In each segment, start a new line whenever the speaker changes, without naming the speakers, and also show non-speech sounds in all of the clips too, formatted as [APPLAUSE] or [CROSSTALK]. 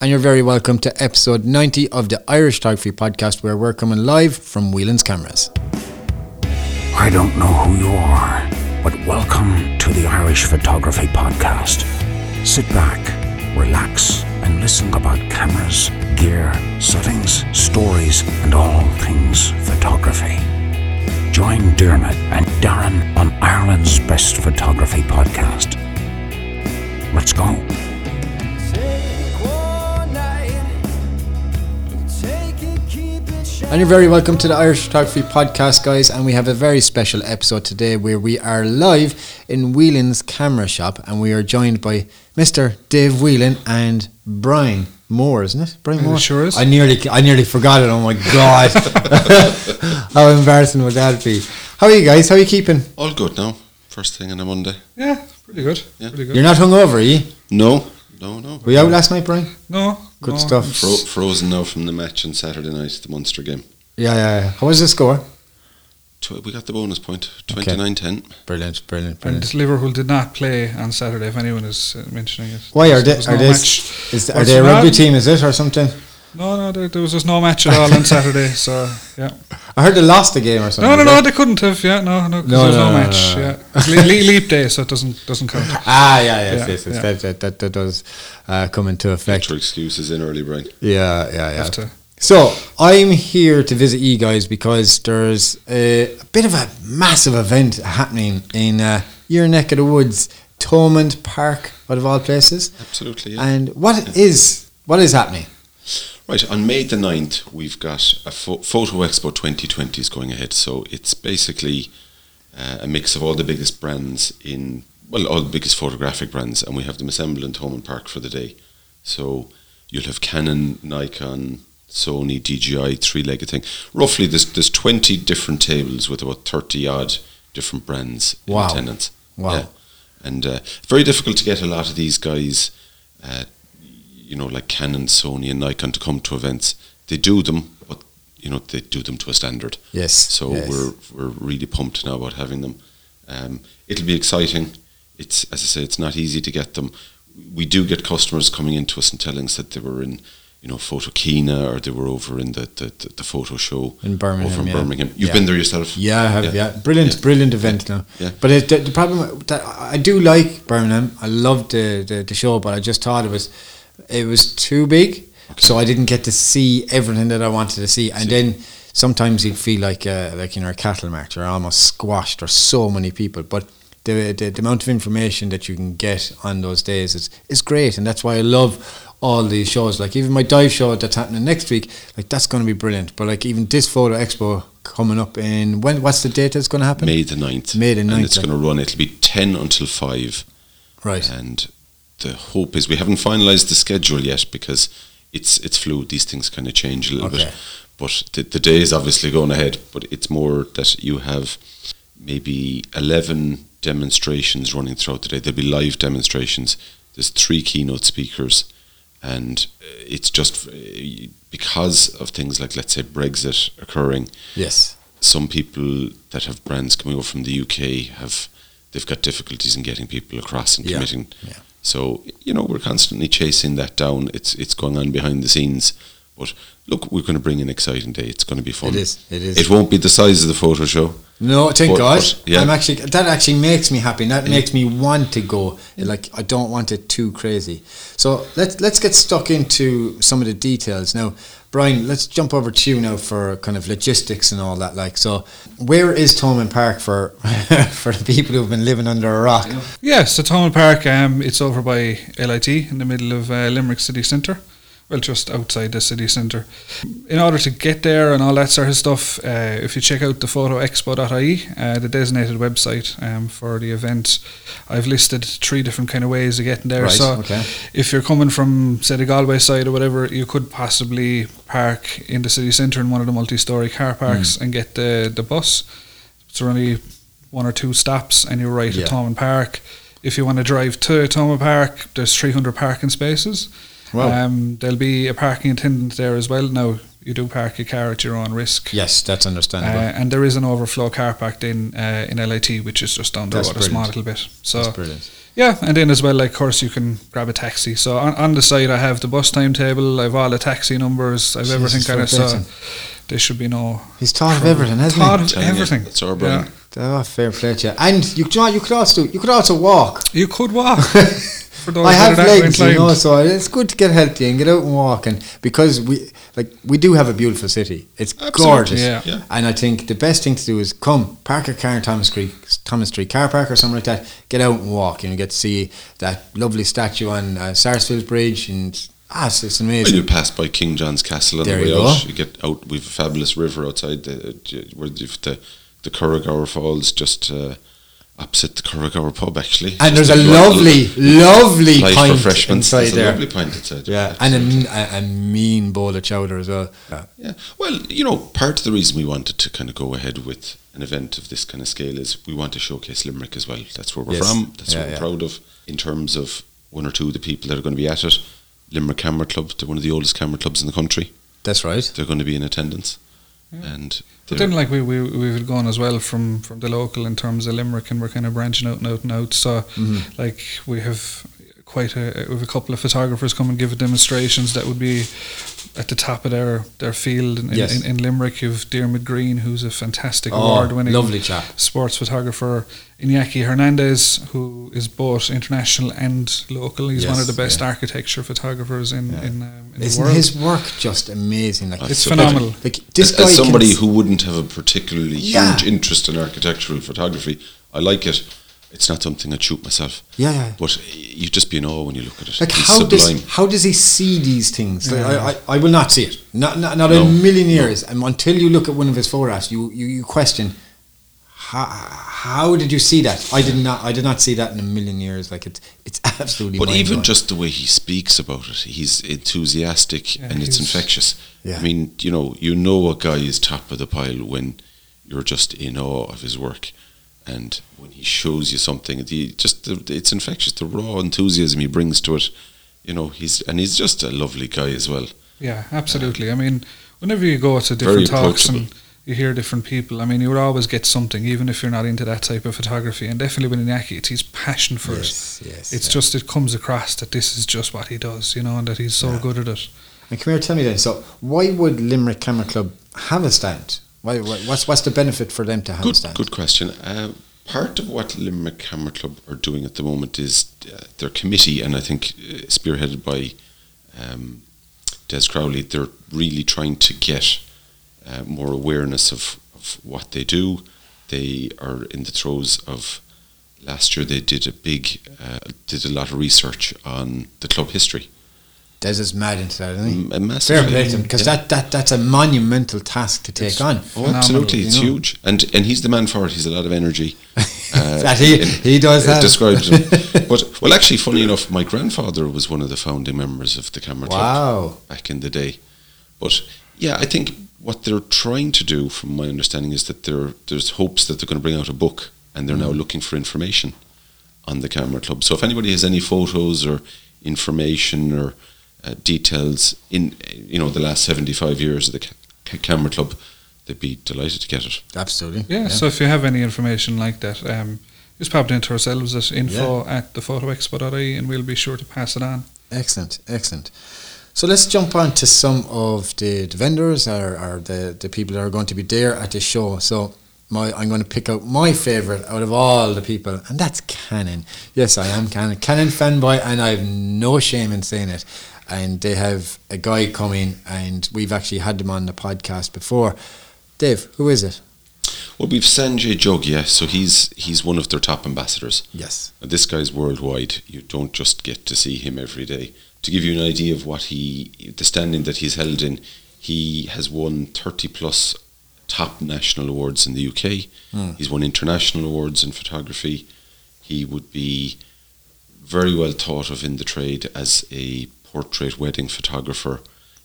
and you're very welcome to episode 90 of the Irish Photography Podcast, where we're coming live from Whelan's Cameras.
I don't know who you are, but welcome to the Irish Photography Podcast. Sit back, relax, and listen about cameras, gear, settings, stories, and all things photography. Join Dermot and Darren on Ireland's Best Photography Podcast. Let's go.
And you're very welcome to the Irish Photography Podcast, guys. And we have a very special episode today where we are live in Whelan's camera shop and we are joined by Mr. Dave Whelan and Brian Moore, isn't it? Brian
It
Moore.
sure is.
I nearly, I nearly forgot it. Oh my
[LAUGHS]
God. [LAUGHS] How embarrassing would that be? How are you guys? How are you keeping?
All good now. First thing on a Monday.
Yeah, pretty good.
Yeah.
Pretty good.
You're not hungover, are you?
No, no, no.
Were you out last night, Brian?
no,
Good
no,
stuff.
I'm s-
Fro- frozen now from the match on Saturday night, the Munster game.
Yeah, yeah, yeah. How was the score?
Tw- we got the bonus point, 29-10.
Brilliant, brilliant,
And Liverpool did not play on Saturday. If anyone is uh, mentioning it,
Why are they?
There was
Are
no
they?
match.
Is, are
What's
they a
wrong?
rugby team? Is it or something?
No, no, there, there was just no match at all
[LAUGHS]
on Saturday. So yeah,
I heard they lost the game or something.
no, no,
is
no,
it?
they couldn't have. Yeah, no, no, 'cause
No,
there was
no,
no,
no, no,
match.
no.
Yeah, It's le- le- leap day, so it doesn't doesn't count.
Ah, [LAUGHS] yeah, yes,
Yeah,
yes, yes.
yeah.
That, that, that, that does uh, come into effect.
Your excuse is in early, Brian.
Yeah, yeah, yeah.
Have to-
So I'm here to visit you guys because there's a, a bit of a massive event happening in uh, your neck of the woods, Tormund Park, out of all places.
Absolutely, yeah.
And what is what is happening?
Right, on May the 9th, we've got a pho- Photo Expo 2020 is going ahead. So it's basically uh, a mix of all the biggest brands in, well, all the biggest photographic brands, and we have them assembled in Thomond Park for the day. So you'll have Canon, Nikon, Sony, DJI, three-legged thing. Roughly, there's, there's 20 different tables with about 30-odd different brands
Wow.
in attendance.
Wow.
Yeah. And uh, very difficult to get a lot of these guys, uh, you know, like Canon, Sony, and Nikon to come to events. They do them, but you know, they do them to a standard.
Yes.
So
yes.
we're we're really pumped now about having them. Um, it'll be exciting. It's as I say, it's not easy to get them. We do get customers coming into us and telling us that they were in, you know, Photokina or they were over in the the, the, the photo show
in Birmingham.
over in
yeah.
Birmingham. You've
Yeah.
been there yourself.
Yeah, I have. Yeah,
Yeah.
brilliant,
Yeah.
brilliant event now.
Yeah.
But it, the, the problem that I I do like Birmingham. I loved the, the the show, but I just thought it was it was too big, so I didn't get to see everything that I wanted to see. And then sometimes you feel like uh, like you know a cattle market, you're almost squashed. There's so many people, but. The, the, the amount of information that you can get on those days is, is great and that's why I love all these shows like even my dive show that's happening next week like that's going to be brilliant but like even this photo expo coming up in when what's the date that's going to happen
May the 9th.
May the
And it's
9th,
going to run. It'll be 10 until 5.
Right.
And the hope is we haven't finalised the schedule yet because it's it's fluid. These things kind of change a little
Okay.
bit. But the, the day is obviously going ahead. But it's more that you have maybe 11 demonstrations running throughout the day. There'll be live demonstrations. There's three keynote speakers. And uh, it's just uh, because of things like, let's say, Brexit occurring,
Yes.
some people that have brands coming over from the UK have they've got difficulties in getting people across and
Yeah,
committing.
yeah.
So you know we're constantly chasing that down. It's it's going on behind the scenes, but look, we're going to bring an exciting day. It's going to be fun.
It is, it is.
It won't be the size of the photo show.
No, thank
But-
God.
but, yeah.
I'm actually that actually makes me happy. and That makes me want to go. Like I don't want it too crazy. So let's let's get stuck into some of the details now. Brian, let's jump over to you now for kind of logistics and all that. Like, so where is Toman Park for [LAUGHS] for the people who've been living under a rock?
Yeah, so Thomond Park, um, it's over by LIT in the middle of uh, Limerick City Centre. Well, just outside the city centre. In order to get there and all that sort of stuff, uh, if you check out the photoexpo.ie, uh, the designated website um, for the event, I've listed three different kind of ways of getting there.
Right,
so
okay.
if you're coming from, say, the Galway side or whatever, you could possibly park in the city centre in one of the multi-storey car parks
Mm.
and get the, the bus. It's only one or two stops and you're right
Yeah.
at Thomond Park. If you want to drive to Thomond Park, there's 300 parking spaces.
Wow.
Um, there'll be a parking attendant there as well. Now, you do park your car at your own risk.
Yes, that's
Uh,
understandable.
and there is an overflow car parked in uh, in LIT, which is just down the
That's
road a small
brilliant.
little bit. So
that's brilliant.
Yeah, and then as well, like, of course, you can grab a taxi. So on, on the site, I have the bus timetable, I've all the taxi numbers, I've everything
Jesus,
kind of.
for
So
Britain.
there should be no.
He's thought of everything, hasn't
Thought
he?
of
Telling you,
everything.
it's our brain.
Yeah.
Oh, fair play to you. And you, do you, know what you could also you could also walk. [LAUGHS]
You could walk. For those
I
that are
have
that
legs, you know,
inclined.
so it's good to get healthy and get out and walk. And because we like we do have a beautiful city, it's
Absolutely,
gorgeous.
yeah.
Yeah.
And I think the best thing to do is come park your car in Thomas Creek, Thomas Street car park or something like that. Get out and walk. You know, get to see that lovely statue on uh, Sarsfield Bridge, and ah, it's, it's
Well, you
amazing.
pass by King John's Castle on
There
the way
you go.
out. You get out. We've a fabulous river outside the j- where you've the the Curragower Falls, just uh, opposite the Curragower pub, actually.
And
Just
there's a
if you want
lovely, lovely
light
pint
refreshments,
inside
there's A
there.
lovely pint inside. there,
Yeah, and a,
absolutely.
mean- a, a mean bowl of chowder as well.
Yeah. Well, you know, part of the reason we wanted to kind of go ahead with an event of this kind of scale is we want to showcase Limerick as well. That's where we're
Yes.
from. That's
Yeah,
what we're
yeah.
proud of in terms of one or two of the people that are going to be at it. Limerick Camera Club, they're one of the oldest camera clubs in the country.
That's right.
They're going to be in attendance. And
But
they're-
then, like, we, we, we had gone as well from, from the local in terms of Limerick, and we're kind of branching out and out and out. So,
Mm-hmm.
like, we have quite a, we have a couple of photographers come and give demonstrations that would be at the top of their, their field in, in-
Yes.
in, in Limerick. You've Dermot Green, who's a fantastic
Oh,
award winning
lovely chap.
sports photographer Iñaki Hernandez, who is both international and local. He's one
Yes,
of the best architecture photographers in in, um, in the
Isn't
world.
his work just amazing? Like
it's
So-
phenomenal.
Like this
as,
guy
as
can
somebody
s-
who wouldn't have a particularly
Yeah.
huge interest in architectural photography, I like it. It's not something I'd shoot myself.
Yeah, yeah.
But you just be in awe when you look at it.
like
He's
how
sublime.
does how does he see these things? Like, I, I, I will not see it. Not not, not
No,
a million years. And until you look at one of his photographs, you you, you question how, how did you see that? I did not I did not see that in a million years. Like it's it's [LAUGHS] absolutely.
But even
mind-blowing.
just the way he speaks about it, he's enthusiastic
Yeah,
and it's
he's-
infectious.
Yeah.
I mean, you know, you know a guy is top of the pile when you're just in awe of his work, and when he shows you something, he just it's infectious. The raw enthusiasm he brings to it, you know, he's and he's just a lovely guy as well.
Yeah, absolutely. I mean, whenever you go to
Very
different talks and you hear different people, I mean, you would always get something, even if you're not into that type of photography. And definitely with Iñaki, it's his passion for
Yes,
it.
yes,
It's
yeah.
just, it comes across that this is just what he does, you know, and that he's so good at it.
And come here, tell me then. So why would Limerick Camera Club have a stand? Why, wha- what's what's the benefit for them to have a
Good,
stand?
good question. Uh, part of what Limerick Camera Club are doing at the moment is uh, their committee, and I think uh, spearheaded by um, Des Crowley, they're really trying to get uh, more awareness of, of what they do. They are in the throes of last year. They did a big, uh, did a lot of research on the club history.
Des is mad into that, isn't he?
M- a massive
Fair
thing.
play to him, because
Yeah.
that, that, that's a monumental task to take on.
Oh, absolutely,
you
it's
know.
huge, and and he's the man for it. He's a lot of energy.
[LAUGHS] That he- he does
uh,
have.
Described him,
[LAUGHS]
but well, actually, funny enough, my grandfather was one of the founding members of the Camera Club
Wow.
back in the day. But yeah, I think what they're trying to do, from my understanding, is that there there's hopes that they're going to bring out a book, and they're now
Mm.
looking for information on the Camera Club. So if anybody has any photos or information or uh, details in uh, you know the last seventy five years of the ca- ca- Camera Club, they'd be delighted to get it.
Absolutely.
Yeah, so if you have any information like that, um, just pop it into ourselves at info at thephotoexpo.ie and we'll be sure to pass it on.
Excellent, excellent. So let's jump on to some of the, the vendors or, or the, the people that are going to be there at the show. So my I'm going to pick out my favourite out of all the people, and that's Canon. Yes, I am Canon. Canon fanboy, and I have no shame in saying it. And they have a guy coming, and we've actually had them on the podcast before. Dave, who is it?
Well, we've Sanjay Jogia, so he's he's one of their top ambassadors.
Yes.
And This guy's worldwide. You don't just get to see him every day. To give you an idea of what he, the standing that he's held in, he has won 30 plus top national awards in the UK.
Hmm.
He's won international awards in photography. He would be very well thought of in the trade as a portrait wedding photographer.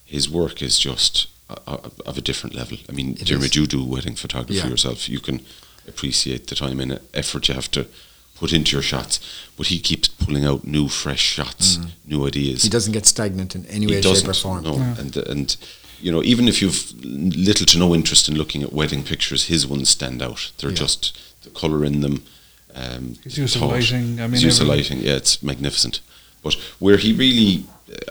His work is just uh, uh, of a different level. I mean,
It
Jeremy,
is.
you do wedding photography
Yeah.
yourself. You can appreciate the time and effort you have to put into your shots. But he keeps pulling out new, fresh shots, new ideas.
Mm. He doesn't get stagnant in any
He
way, shape, or form.
No.
Yeah.
And, and, you know, even if you've little to no interest in looking at wedding pictures, his ones stand out. They're
Yeah.
just the colour in them. Um,
His use of
thought.
lighting, I mean,
his use of
everything.
lighting, yeah, it's magnificent. But where he really,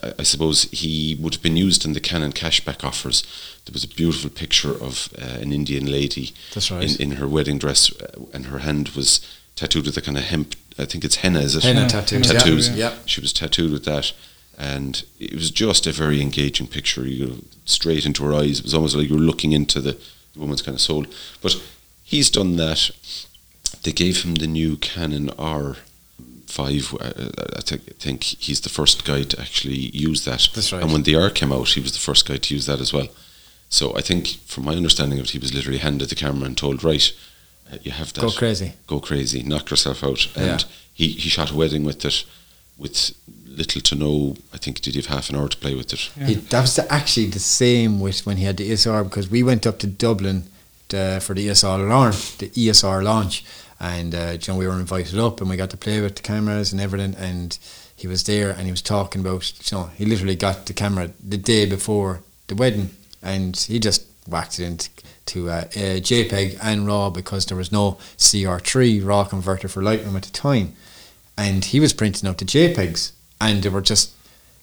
I- I suppose, he would have been used in the Canon cashback offers. There was a beautiful picture of uh, an Indian lady
That's right.
in, in her wedding dress, uh, and her hand was tattooed with a kind of hemp. I think it's henna, is it?
Henna
Yeah.
tattoos.
Henna
tattoos.
Yeah. yeah.
She was tattooed with that, and it was just a very engaging picture. You go straight into her eyes. It was almost like you were looking into the, the woman's kind of soul. But he's done that. They gave him the new Canon R. Five, uh, I think, think he's the first guy to actually use that.
That's right.
And when the R came out, he was the first guy to use that as well. So I think, from my understanding of it, he was literally handed the camera and told, "Right, uh, you have that
Go crazy.
go crazy, knock yourself out. And
Yeah.
he, he shot a wedding with it with little to no, I think, did he have half an hour to play with it?
Yeah.
He, that was the- actually the same with when he had the ESR because we went up to Dublin to, for the ESR launch, the ESR launch, and uh, you know, we were invited up and we got to play with the cameras and everything. And he was there and he was talking about, you know, he literally got the camera the day before the wedding and he just whacked it into to, uh, uh, JPEG and RAW because there was no CR3 RAW converter for Lightroom at the time, and he was printing out the JPEGs and they were just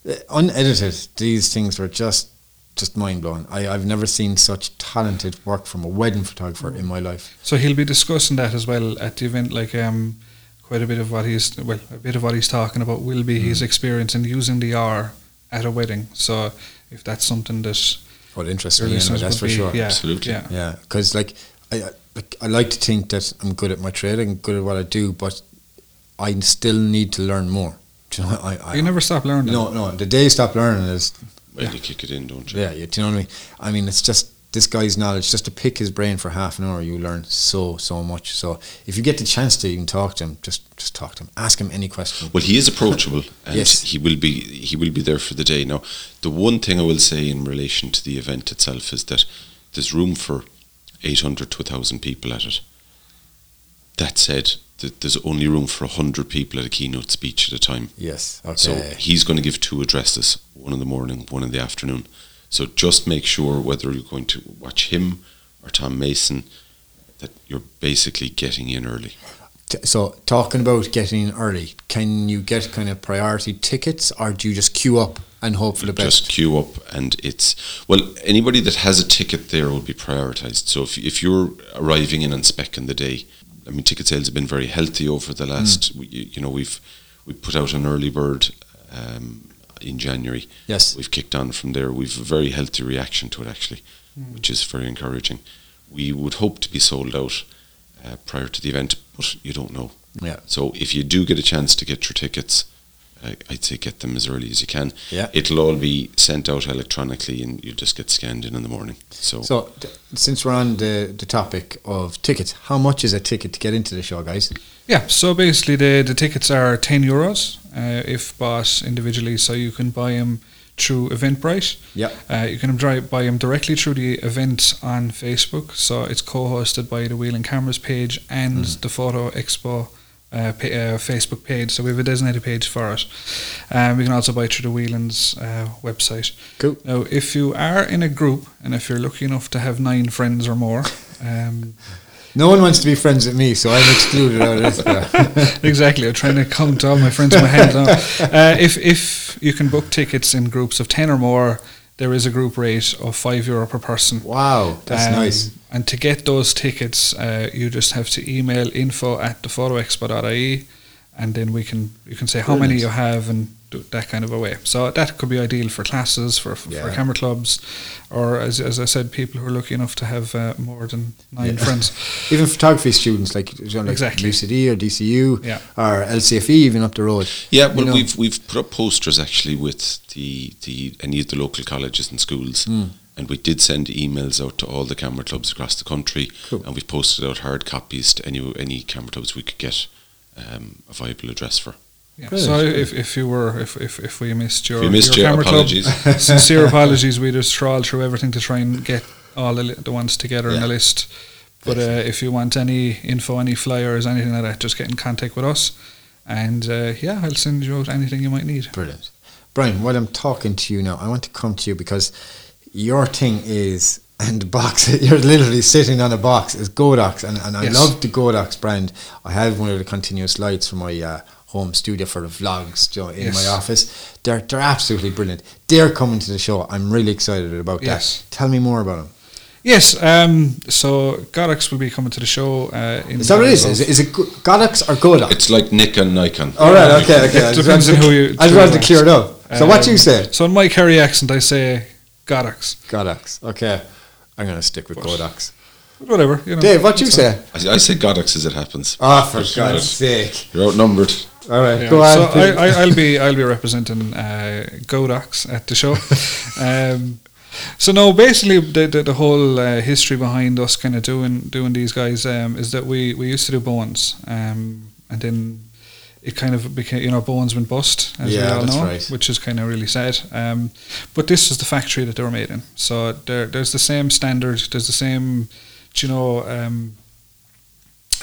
uh, unedited, these things were just just mind blowing. I, I've never seen such talented work from a wedding photographer in my life.
So he'll be discussing that as well at the event. Like um, quite a bit of what he's well, a bit of what he's talking about will be
Mm.
his experience in using the R at a wedding. So if that's something that
What interests
your
me, anyway,
listeners
that's
would
for
be,
sure.
yeah,
Absolutely.
yeah.
Yeah, because like I, I- like I like to think that I'm good at my trade and good at what I do, but I still need to learn more. Do you know? I, I
You never stop learning.
no no. The day you stop learning is
Well,
Yeah.
you kick it in, don't you?
yeah. You, do you know what I mean? I mean, it's just this guy's knowledge. Just to pick his brain for half an hour, you learn so so much. So if you get the chance to even talk to him, just just talk to him. Ask him any question.
Well, he is
[LAUGHS]
approachable, and
Yes.
he will be he will be there for the day. Now, the one thing I will say in relation to the event itself is that there's room for 800 to 1,000 people at it. That said, th- there's only room for 100 people at a keynote speech at a time.
Yes. Okay.
So he's going to give two addresses, one in the morning, one in the afternoon. So just make sure whether you're going to watch him or Tom Mason that you're basically getting in early.
T- so talking about getting in early, can you get kind of priority tickets, or do you just queue up and hope for the best?
Just queue up, and it's well. Anybody that has a ticket there will be prioritized. So if if you're arriving in on spec in the day, I mean, ticket sales have been very healthy over the
Mm.
last. we- You, you know, we've we put out an early bird um, in January.
yes.
we've kicked on from there. We've a very healthy reaction to it actually, which is very encouraging. We would hope to be sold out uh, prior to the event, but you don't know.
Yeah.
So if you do get a chance to get your tickets, I I'd say get them as early as you can.
Yeah.
It'll all be sent out electronically, and you just get scanned in in the morning. So,
So d- since we're on the the topic of tickets, how much is a ticket to get into the show, guys?
Yeah, so basically the, the tickets are 10 euros uh, if bought individually, so you can buy them through Eventbrite.
Yeah.
Uh, you can dri- buy them directly through the event on Facebook, so it's co hosted by the Wheel and Cameras page and the Photo Expo. Uh, pa uh, Facebook page, so we have a designated page for it. Um, we can also buy through the Wheelands uh, website.
Cool.
Now, if you are in a group and if you're lucky enough to have nine friends or more, um,
No one wants to be friends with me, so I'm excluded out of this.
exactly. I'm trying to count all my friends in my hand now. Uh, if if you can book tickets in groups of ten or more, there is a group rate of five euro per person.
Wow, that's
Um,
nice.
And to get those tickets, uh, you just have to email info at thephotoexpo.ie, E, and then we can you can say how many you have and do that kind of a way. So that could be ideal for classes, for for
Yeah.
camera clubs, or as, as I said, people who are lucky enough to have uh, more than nine
Yeah.
friends.
Even photography students like, you know, like
Exactly.
UCD or DCU
Yeah.
or LCFE, E, even up the road.
yeah,
you
well,
know.
we've we've put up posters actually with the the any of the local colleges and schools.
Hmm.
And we did send emails out to all the camera clubs across the country,
Cool.
and we've posted out hard copies to any any camera clubs we could get um, a viable address for.
Yeah,
Brilliant,
so
brilliant.
if, if you were if, if, if we missed your,
we missed you,
your camera
apologies.
[LAUGHS]
club, [LAUGHS] sincere apologies. We just trawled through everything to try and get all the, li- the ones together in
Yeah.
a list. But uh, if you want any info, any flyers, anything like that, just get in contact with us. And uh, yeah, I'll send you out anything you might need.
Brilliant. Brian, while I'm talking to you now, I want to come to you because your thing is [LAUGHS] and the box you're literally sitting on a box is Godox and, and
Yes.
I love the Godox brand. I have one of the continuous lights for my uh, home studio for the vlogs you know, in
Yes.
my office. They're they're absolutely brilliant. They're coming to the show. I'm really excited about
Yes.
that. Tell me more about them.
Yes, um, so Godox will be coming to the show. Uh, in
Is that what it is?
Glasgow.
Is it, is it Go- Godox or Godox?
It's like
[LAUGHS]
Nikon, Nikon.
All right, okay, okay. I just
[LAUGHS] depends
wanted
on
to-
who you-
I just wanted to
who
clear it up. So what
Um,
you say?
So in my Kerry accent, I say Godox.
Godox. Okay, I'm gonna stick with Godox.
Whatever. You know,
Dave, what you
it's
say?
I, I say Godox as it happens.
Ah, for
It's
God's
not-
sake!
You're outnumbered.
All right,
Yeah.
go on.
So I,
please.
I, I'll be I'll be representing uh, Godox at
[LAUGHS]
the show. um, so no, basically the the, the whole uh, history behind us kind of doing doing these guys um, is that we we used to do Bowens, um, and then it kind of became you know Bowens went bust as we
Yeah,
all
that's
know,
right.
which is kind of really sad. Um, but this is the factory that they were made in, so there there's the same standard, there's the same, do you know. Um,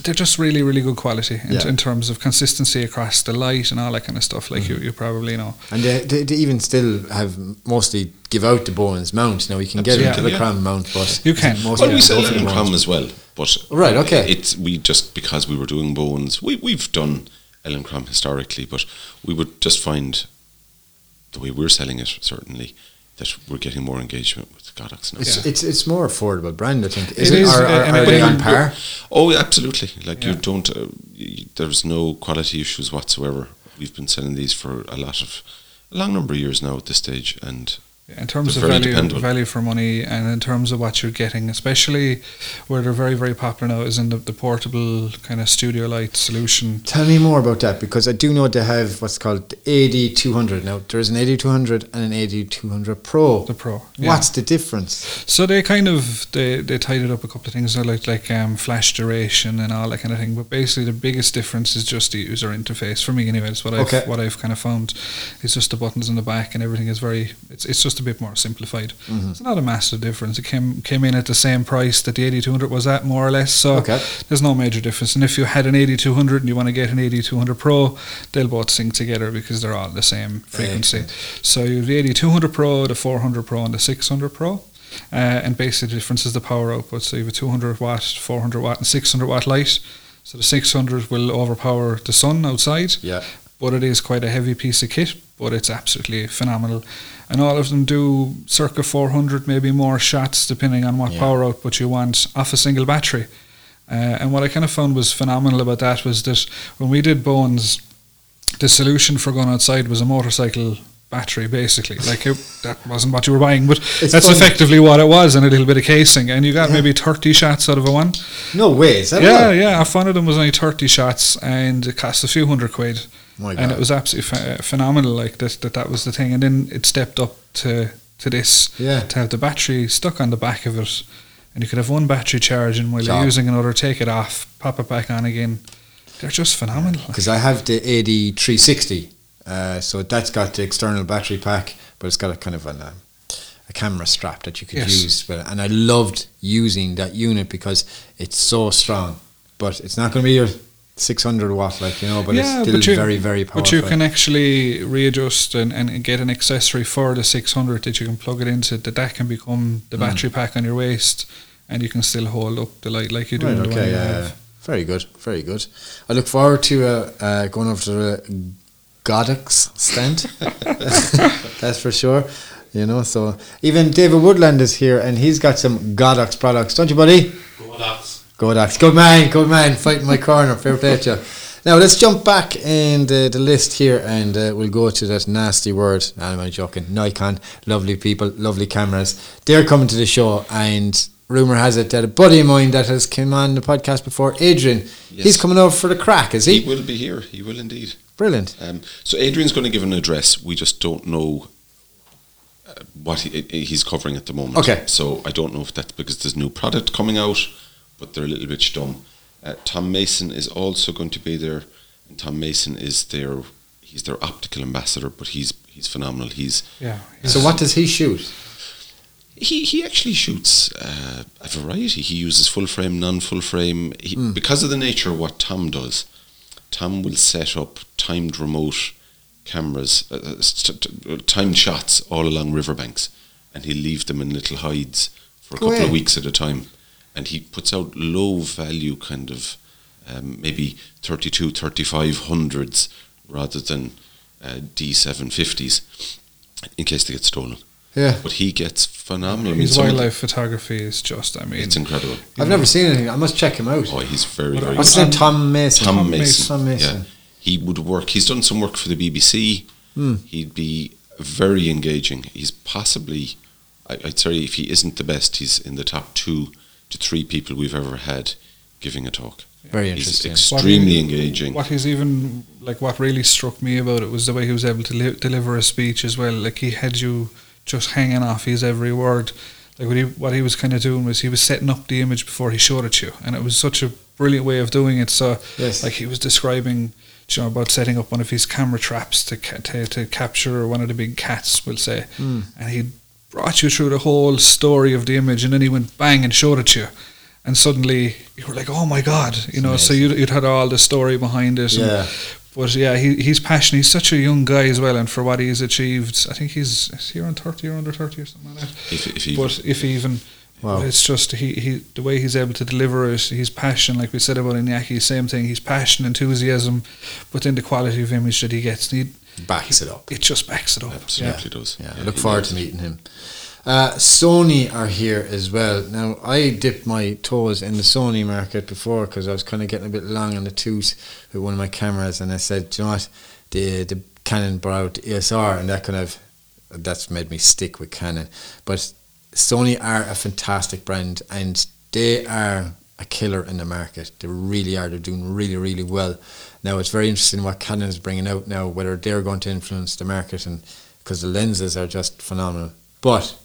they're just really, really good quality in,
Yeah.
in terms of consistency across the light and all that kind of stuff.
Mm.
Like you, you probably know.
And they, they, they even still have mostly give out the Bowens mount. Now you can get into the
Absolutely, yeah.
Crown mount, but
You can.
mostly
Well, we
go
sell
for
that
the
in
Bowens.
Crom as well, but
Right, okay.
It's we just because we were doing bones, we we've done Ellen Crom historically, but we would just find the way we're selling it certainly that we're getting more engagement with Godox now.
It's,
Yeah.
it's it's more affordable brand, I think. Is
It
it,
is,
Or,
uh,
are,
and
are
it
they
will-
on par?
Oh, absolutely! Like you
Yeah.
don't, uh, y there's no quality issues whatsoever. We've been selling these for a lot of a long number of years now at this stage, and
In terms
They're
of
very
value,
dependable.
value for money, and in terms of what you're getting, especially where they're very, very popular now, is in the, the portable kind of studio light solution.
Tell me more about that because I do know they have what's called the AD two hundred. Now there's an AD two hundred and an AD two hundred Pro.
The Pro.
What's the difference?
So they kind of they, they tied it up a couple of things like like um, flash duration and all that kind of thing. But basically, the biggest difference is just the user interface for me. Anyway, it's what I've
Okay.
what I've kind of found. It's just the buttons in the back and everything is very. It's, it's just a bit more simplified.
Mm-hmm.
It's not a massive difference. It came came in at the same price that the eighty two hundred was at more or less. So
Okay.
there's no major difference. And if you had an eighty two hundred and you want to get an eighty two hundred Pro, they'll both sync together because they're all the same frequency. So you have the 8200 Pro, the 400 Pro, and the 600 Pro. Uh, and basically, the difference is the power output. So you have a 200 watt, 400 watt, and 600 watt light. So the 600 will overpower the sun outside,
Yeah.
but it is quite a heavy piece of kit. But it's absolutely phenomenal, and all of them do circa 400, maybe more shots, depending on what
Yeah.
power output you want off a single battery. Uh, and what I kind of found was phenomenal about that was that when we did Bones, the solution for going outside was a motorcycle battery, basically. Like it, that wasn't what you were buying, but
It's
that's
funny.
effectively what it was, and a little bit of casing, and you got maybe 30 shots out of a one.
No way. Is that
Yeah,
all?
yeah. I found them was only 30 shots, and it cost a few hundred quid
My God.
and it was absolutely ph- uh, phenomenal. Like that, that that was the thing, and then it stepped up to to this
Yeah.
to have the battery stuck on the back of it, and you could have one battery charging while
Job.
you're using another, take it off, pop it back on again. They're just phenomenal.
because I have the AD three sixty, uh, so that's got the external battery pack, but it's got a kind of an, uh, a camera strap that you could
Yes.
use. But and I loved using that unit because it's so strong, but it's not going to be your six hundred watt like you know, but it's still very very powerful.
But you can actually readjust and, and get an accessory for the 600 that you can plug it into. That that can become
Mm.
the battery pack on your waist, and you can still hold up the light like you do.
Right,
in the one
okay,
you
yeah,
have.
yeah. very good, very good. I look forward to uh, uh, going over to the Godox stand. [LAUGHS] That's for sure. You know, so even David Woodland is here, and he's got some Godox products, don't you, buddy? Godox, good man, good man, fighting my corner. Fair play to you. Now let's jump back in the, the list here, and uh, we'll go to that nasty word. Nah, I'm only joking. Nikon, lovely people, lovely cameras. They're coming to the show, and rumor has it that a buddy of mine that has come on the podcast before, Adrian, he's
Yes.
coming over for the crack. Is
he
he?
will be here. He will indeed.
Brilliant.
Um, so Adrian's going to give an address. We just don't know uh, what he, he- he's covering at the moment.
Okay.
So I don't know if that's because there's new product coming out, but they're a little bit dumb. Uh, Tom Mason is also going to be there, and Tom Mason is their he's their optical ambassador, but he's he's phenomenal. He's
yeah.
So what does he shoot?
he, he actually shoots uh, a variety. He uses full frame, non full frame. He, Because of the nature of what Tom does, Tom will set up timed remote cameras, uh, uh, st- t- uh, timed shots all along riverbanks. and he'll leave them in little hides for a
Go
couple
away.
of weeks at a time. And he puts out low value kind of um, maybe 32, 35 hundreds rather than uh, D750s in case they get stolen.
Yeah.
But he gets phenomenal. I mean,
His
some of the-
wildlife photography is just, I mean,
It's incredible.
I've never seen anything. I must check him out.
Oh, he's very,
What
very
What's his name?
Um,
Tom Mason.
Tom,
Tom
Mason.
Mason.
Tom Mason.
Yeah. He would work. He's done some work for the BBC.
Hmm.
He'd be very engaging. He's possibly, I, I'd say, if he isn't the best, he's in the top two to three people we've ever had giving a talk.
Very
He's
interesting.
extremely
What-
engaging.
What he's even like, what really struck me about it was the way he was able to li- deliver a speech as well. Like he had you just hanging off his every word. Like what he what he was kind of doing was he was setting up the image before he showed it to you, and it was such a brilliant way of doing it. So
Yes.
like he was describing, you know, about setting up one of his camera traps to ca- to, to capture one of the big cats, we'll say,
Mm.
and he brought you through the whole story of the image, and then he went bang and showed it to you, and suddenly you were like, oh my god, you know. So you'd, you'd had all the story behind it, and-
yeah.
but yeah, he, he's passionate. He's such a young guy as well, and for what he's achieved, I think he's is he around thirty or under thirty or something like that.
if, if he,
But if even,
Wow.
it's just he, he the way he's able to deliver it, his passion, like we said about Iñaki, same thing. His passion, enthusiasm, but then the quality of image that he gets, he,
Backs it up.
it just backs it up.
absolutely does.
Yeah, I
Yeah,
look
he
forward
does.
to meeting him. Uh, Sony are here as well. Now, I dipped my toes in the Sony market before because I was kind of getting a bit long on the tooth with one of my cameras, and I said, "Do you know what? The the Canon brought out the ESR, and that kind of that's made me stick with Canon. But Sony are a fantastic brand, and they are a killer in the market. They really are. They're doing really, really well. Now, it's very interesting what Canon is bringing out now, whether they're going to influence the market and because the lenses are just phenomenal. But
Well,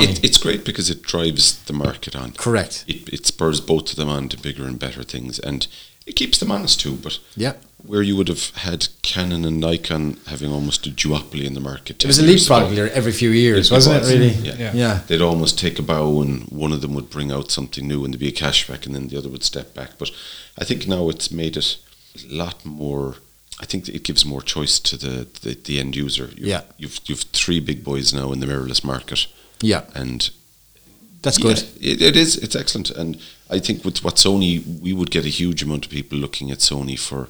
Sony,
it, it's great because it drives the market on.
correct?
It, it spurs both of them on to bigger and better things, and it keeps them honest too. But
Yeah,
where you would have had Canon and Nikon having almost a duopoly in the market.
it
10
was a
years ago.
leapfrog there every few years,
It
wasn't
was,
it? Really?
Yeah.
Yeah.
yeah.
They'd almost take a bow and one of them would bring out something new and there'd be a cashback and then the other would step back. But I think now it's made it a lot more I think that it gives more choice to the, the, the end user. You've,
Yeah.
You've you've three big boys now in the mirrorless market
Yeah.
and
That's
yeah,
good.
It, it is. It's excellent, and I think with what Sony, we would get a huge amount of people looking at Sony for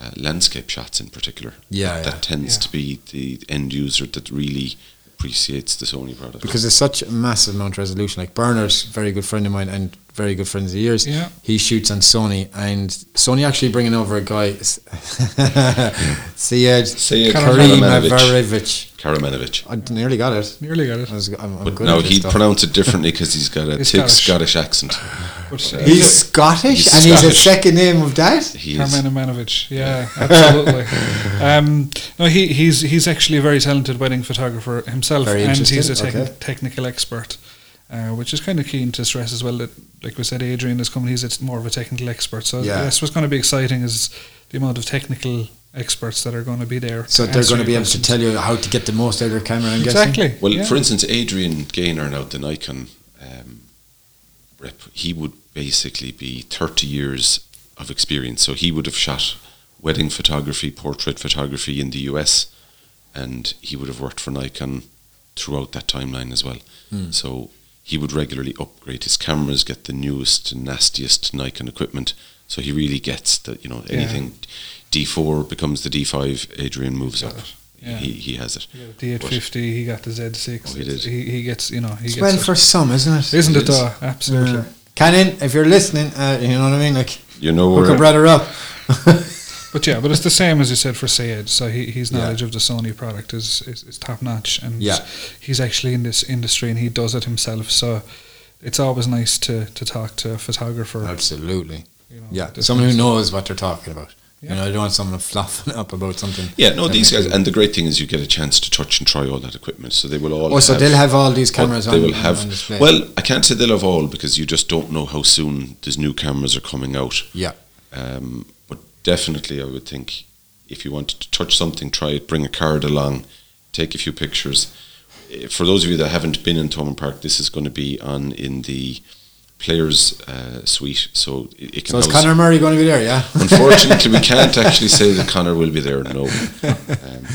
uh, landscape shots in particular.
Yeah,
that,
yeah.
that tends
Yeah.
to be the end user that really appreciates the Sony product.
because there's such a massive amount of resolution. Like Bernard's very good friend of mine and very good friend of the years.
Yeah.
He shoots on Sony, and Sony actually bringing over a guy, [LAUGHS] Syed
Syed
uh, Karim
Karamanov.
Avarovich.
Karamanavich,
I nearly got it.
Nearly got it.
I was, I'm, I'm
but
good
no,
at this
he'd
stuff.
pronounce it differently because he's got a
He's
thick
Scottish.
Scottish accent.
But, uh,
He's Scottish,
He's
and he's a
Scottish.
second name of that.
He is.
Carmen Emanovich, yeah,
[LAUGHS]
absolutely. um, no, he, he's he's actually a very talented wedding photographer himself,
Very
and
interesting,
he's a techni-
okay.
technical expert, uh, which is kind of keen to stress as well that, like we said, Adrian is coming; he's a, more of a technical expert. So
Yeah.
that's what's going to be exciting is the amount of technical experts that are going to be there.
So they're
answer
going to
your
be able to
questions.
tell you how to get the most out of your camera. I'm guessing.
exactly.
Well,
yeah.
for instance, Adrian Gaynor now the Nikon um, rep, he would basically be thirty years of experience. So he would have shot wedding photography, portrait photography in the US, and he would have worked for Nikon throughout that timeline as well.
Hmm.
So he would regularly upgrade his cameras, get the newest and nastiest Nikon equipment. So he really gets that, you know,
Yeah.
anything D4 becomes the D5, Adrian moves
Got
up.
it, yeah.
He, he has it.
He got the eight fifty, he got the Z six.
Oh, he did.
He, he gets, you know, he gets.
Well,
it.
for some, isn't it?
isn't
it
it though? Absolutely.
Yeah. Canon, if you're listening, uh, you know what I mean. Like,
You know,
hook
where-
a brother up.
But yeah, but it's the same as you said for Sayed. So he, his
Yeah.
knowledge of the Sony product is, is, is top notch, and
Yeah.
he's actually in this industry and he does it himself. So it's always nice to, to talk to a photographer.
Absolutely.
you know,
Uh, Yeah,
that
someone who
does-
knows what they're talking about.
Yeah.
You know, I don't want someone [LAUGHS] fluffing up about something.
Yeah, no,
that
these
makes
guys, and the great thing is you get a chance to touch and try all that equipment. So they will all.
Oh, so they'll have all these cameras
They
on,
will
on-
have.
on display.
well, I can't say they'll have all because you just don't know how soon these new cameras are coming out.
Yeah.
Um, but definitely, I would think if you wanted to touch something, try it. Bring a card along, take a few pictures. Eh, For those of you that haven't been in Thomond Park, this is going to be on in the players uh, suite. So it, it can.
so is
house-
Conor Murray going to be there? Yeah. Oh, [LAUGHS]
Unfortunately, we can't actually say that Connor will be there. No. Um,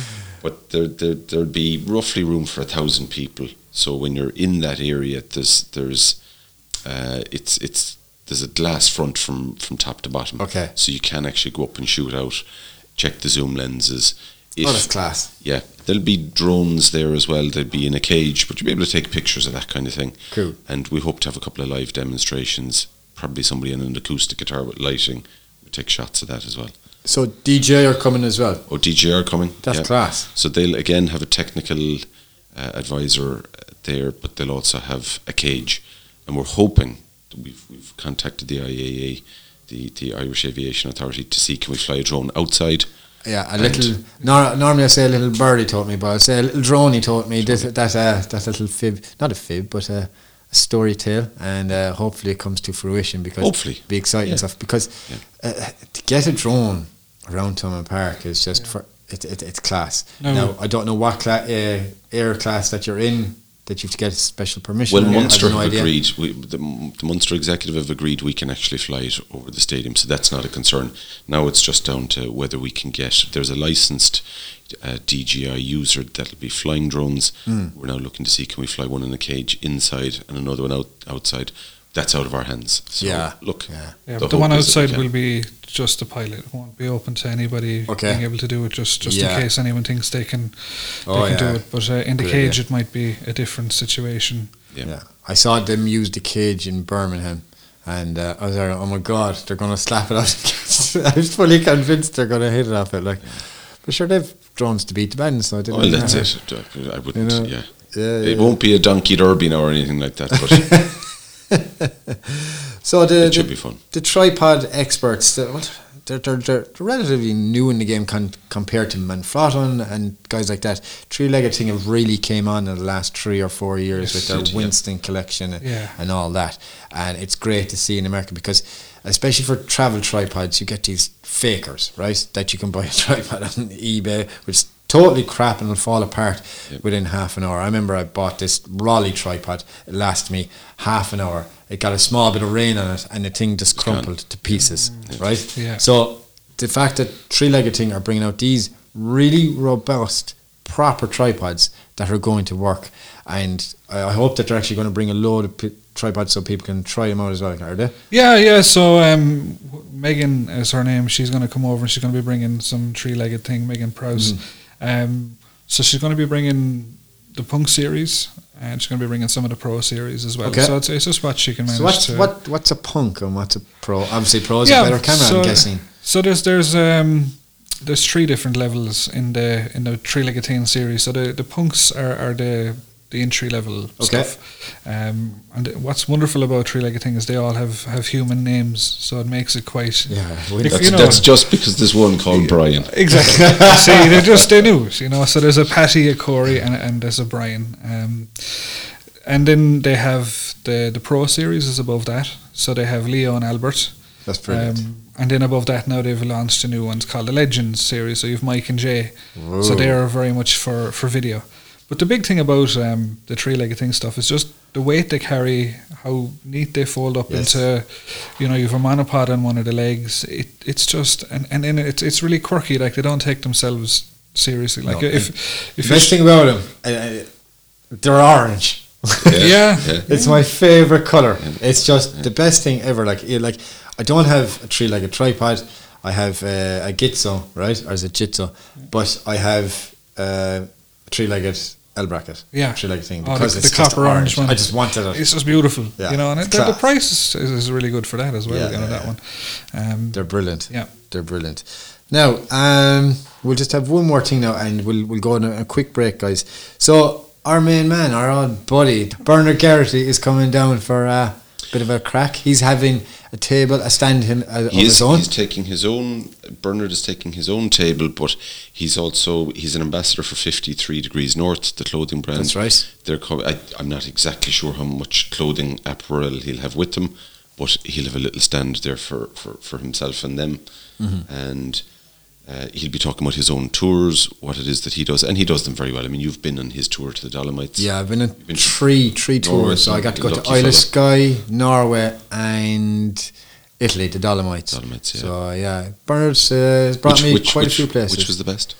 But there, there, there'll be roughly room for a thousand people. So when you're in that area, there's, there's, uh, it's, it's, there's a glass front from, from top to bottom.
Okay.
So you can actually go up and shoot out, check the zoom lenses. If,
Oh, that's class.
yeah, there'll be drones there as well. They'll be in a cage, but you'll be able to take pictures of that kind of thing.
Cool.
And we hope to have a couple of live demonstrations. Probably somebody in an acoustic guitar with lighting. We'll take shots of that as well.
So DJ are coming as well.
Oh, DJ are coming.
That's
yeah.
class.
So they'll again have a technical uh, advisor uh, there, but they'll also have a cage. And we're hoping we've we've contacted the IAA, the the Irish Aviation Authority, to see can we fly a drone outside.
Yeah, a little. Nor, normally I say a little bird he taught me, but I say a little drone he taught me. This, that uh, that little fib, not a fib, but a, a story tale, and uh, hopefully it comes to fruition because
Hopefully.
be exciting
Yeah.
stuff. Because uh, to get a drone around Thomond Park is just for it, it, it's class.
No.
Now I don't know what cla- uh, air class that you're in that you have to get special permission.
Well,
on. I have
Munster
no
have
idea.
agreed. We, the, the Munster executive have agreed we can actually fly it over the stadium, so that's not a concern. Now it's just down to whether we can get. There's a licensed uh, DJI user that'll be flying drones.
Hmm.
We're now looking to see can we fly one in a cage inside and another one out outside. That's out of our hands. So
Yeah.
Look,
Yeah.
Yeah, but the
hope
one
is that we
outside
can.
will be just a pilot. It won't be open to anybody
Okay.
being able to do it, just, just
Yeah.
in case anyone thinks they can, they
Oh,
can
yeah.
do it. But uh, in the
Good
cage, it might be a different situation.
Yeah.
Yeah, I saw them use the cage in Birmingham, and uh, I was like, "Oh my god, they're going to slap it out!" [LAUGHS] I was fully convinced they're going to hit it off it. Like, but sure, they've drones to beat the band, so it didn't.
Oh, Well, that's
matter.
it. I wouldn't.
You know, uh,
yeah.
yeah,
It
yeah.
won't be a donkey derby now or anything like that, but
So the [LAUGHS]
it should
the,
be fun.
the tripod experts, they're, what- they're, they're, they're relatively new in the game con- compared to Manfrotton and guys like that. Three-legged thing have really came on in the last three or four years with their
it did, yeah.
Winston collection and,
Yeah.
and all that. And it's great to see in America because, especially for travel tripods, you get these fakers, right? That you can buy a [LAUGHS] tripod on eBay, which is totally crap and will fall apart within half an hour. I remember I bought this Raleigh tripod. It lasted me half an hour. It got a small bit of rain on it, and the thing just
gone.
crumpled to pieces, right?
Yeah.
So the fact that three-legged thing are bringing out these really robust, proper tripods that are going to work, and I, I hope that they're actually going to bring a load of p- tripods so people can try them out as well. Are they?
Yeah, yeah. So um, w- Megan is her name. She's going to come over and she's going to be bringing some three-legged thing. Megan Prowse.
Mm.
Um, so she's going to be bringing the punk series, and she's going to be bringing some of the pro series as well.
Okay.
So it's, it's just what she can manage
So what's
to.
what what's a punk and what's a pro? Obviously, pro is a better camera. I'm guessing.
So there's there's um there's three different levels in the in the three legatine series. So the the punks are, are the the entry level
Okay.
stuff. Um, and what's wonderful about three legatine is they all have have human names, so it makes it quite
Yeah,
If
That's,
you know-
that's just because there's one called Brian.
Exactly. See, they're just they knew, you know. So there's a Patty, a Corey, and, and there's a Brian. Um, and then they have the the Pro series is above that. So they have Leo and Albert.
that's brilliant.
Um, and then above that, now they've launched a new one's called the Legends series. So you've Mike and Jay. um, So
Whoa.
they are very much for, for video. But the big thing about um, the three legged thing stuff is just the weight they carry, how neat they fold up
Yes.
into, you know, you've a monopod on one of the legs. It it's just and and then it's it's really quirky. Like they don't take themselves seriously. Like
No,
if if
Best
you
thing about them, uh, they're orange. [LAUGHS]
yeah.
It's my favorite color. It's just the best thing ever. Like, it, like I don't have a tree like a tripod. I have uh, a gitzo, right, or is it jitzo? But I have uh, a tree-legged L bracket.
Yeah.
tree-legged thing
Oh,
because
the,
it's
the
just
copper orange one.
I just wanted it.
It's just beautiful,
Yeah,
you know, and it,
it's
the, the
class.
price is, is, is really good for that as well.
Yeah,
you know
yeah,
that
yeah.
one. Um,
They're brilliant.
Yeah.
they're brilliant. Now, um, we'll just have one more thing now, and we'll we'll go on a, a quick break, guys. So our main man, our odd buddy Bernard Garrity, is coming down for a bit of a crack. He's having a table, a stand him uh, on
he is,
his own.
he's taking his own Bernard is taking his own table but he's also he's an ambassador for 53 degrees north the clothing brand
That's right.
they're co- I, I'm not exactly sure how much clothing apparel he'll have with him but he'll have a little stand there for for, for himself and them
Mm-hmm.
and uh, he'll be talking about his own tours what it is that he does and he does them very well I mean you've been on his tour to the Dolomites
Yeah, I've been on
been
three three
Norway,
tours. So I got to go to
lucky
Isle
fella.
of Skye, Norway, and Italy, the Dolomites.
Dolomites, yeah.
So yeah, Bernard's uh, has brought me quite a few places.
which was the best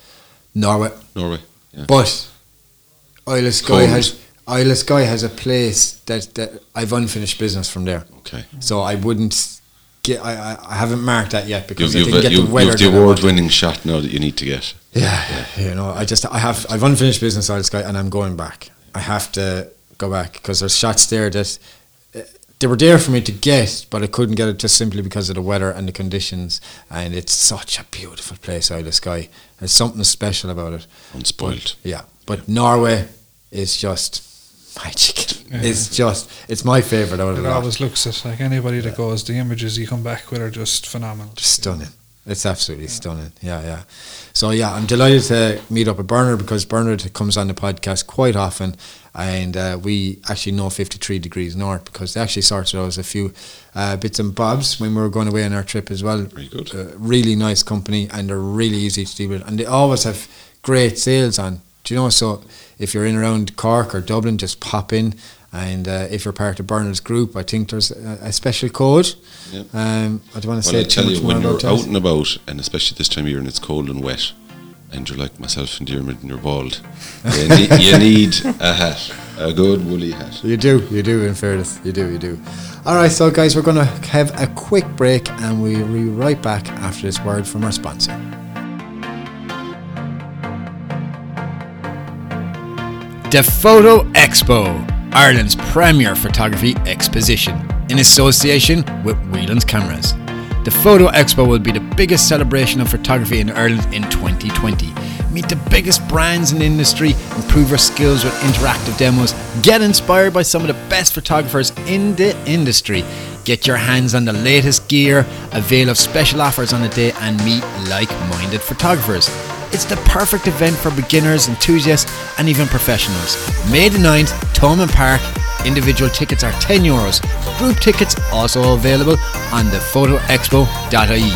Norway.
Norway Yeah.
But Isle of Skye
Cold.
has Isle of Skye has a place that, that I've unfinished business from there.
Okay.
So I wouldn't get I, I, I haven't marked that yet
You've,
because
you've,
I didn't get
you've,
the weather.
you've the
that I
award
wanted.
winning shot now that you need to get.
Yeah, you know, I just I have I've unfinished business Isle of Skye and I'm going back. I have to go back because there's shots there that uh, they were there for me to get, but I couldn't get it just simply because of the weather and the conditions. And it's such a beautiful place, Isle of Skye. There's something special about it.
Unspoiled.
Yeah, but Norway is just magic. It's just it's my favorite out of
It
the lot.
always looks at like anybody that goes. The images you come back with are just phenomenal.
stunning. It's absolutely stunning. Yeah, yeah. So yeah, I'm delighted to meet up with Bernard because Bernard comes on the podcast quite often, and uh, we actually know 53 degrees north because they actually sorted out us a few uh, bits and bobs when we were going away on our trip as well.
Very good.
Uh, really nice company, and they're really easy to deal with, and they always have great sales on. Do you know? So if you're in around Cork or Dublin, just pop in. And uh, if you're part of Bernard's group, I think there's a, a special code.
Yep.
Um, I don't want to
Well,
say
I
too
tell
much
you,
more
when
about
you're
that.
out and about, and especially this time of year, and it's cold and wet, and you're like myself and Dermot, and you're bald,
[LAUGHS]
you, ne- you need a hat, a good woolly hat.
You do, you do, in fairness. You do, you do. All right, so guys, we're going to have a quick break and we'll be right back after this word from our sponsor. The Photo Expo, Ireland's premier photography exposition, in association with Whelan's Cameras. The Photo Expo will be the biggest celebration of photography in Ireland in 2020. Meet the biggest brands in the industry, improve your skills with interactive demos, get inspired by some of the best photographers in the industry, get your hands on the latest gear, avail of special offers on the day, and meet like minded photographers. It's the perfect event for beginners, enthusiasts, and even professionals. May the 9th, Toman Park. Individual tickets are 10 euros. Group tickets also available on the photoexpo.ie.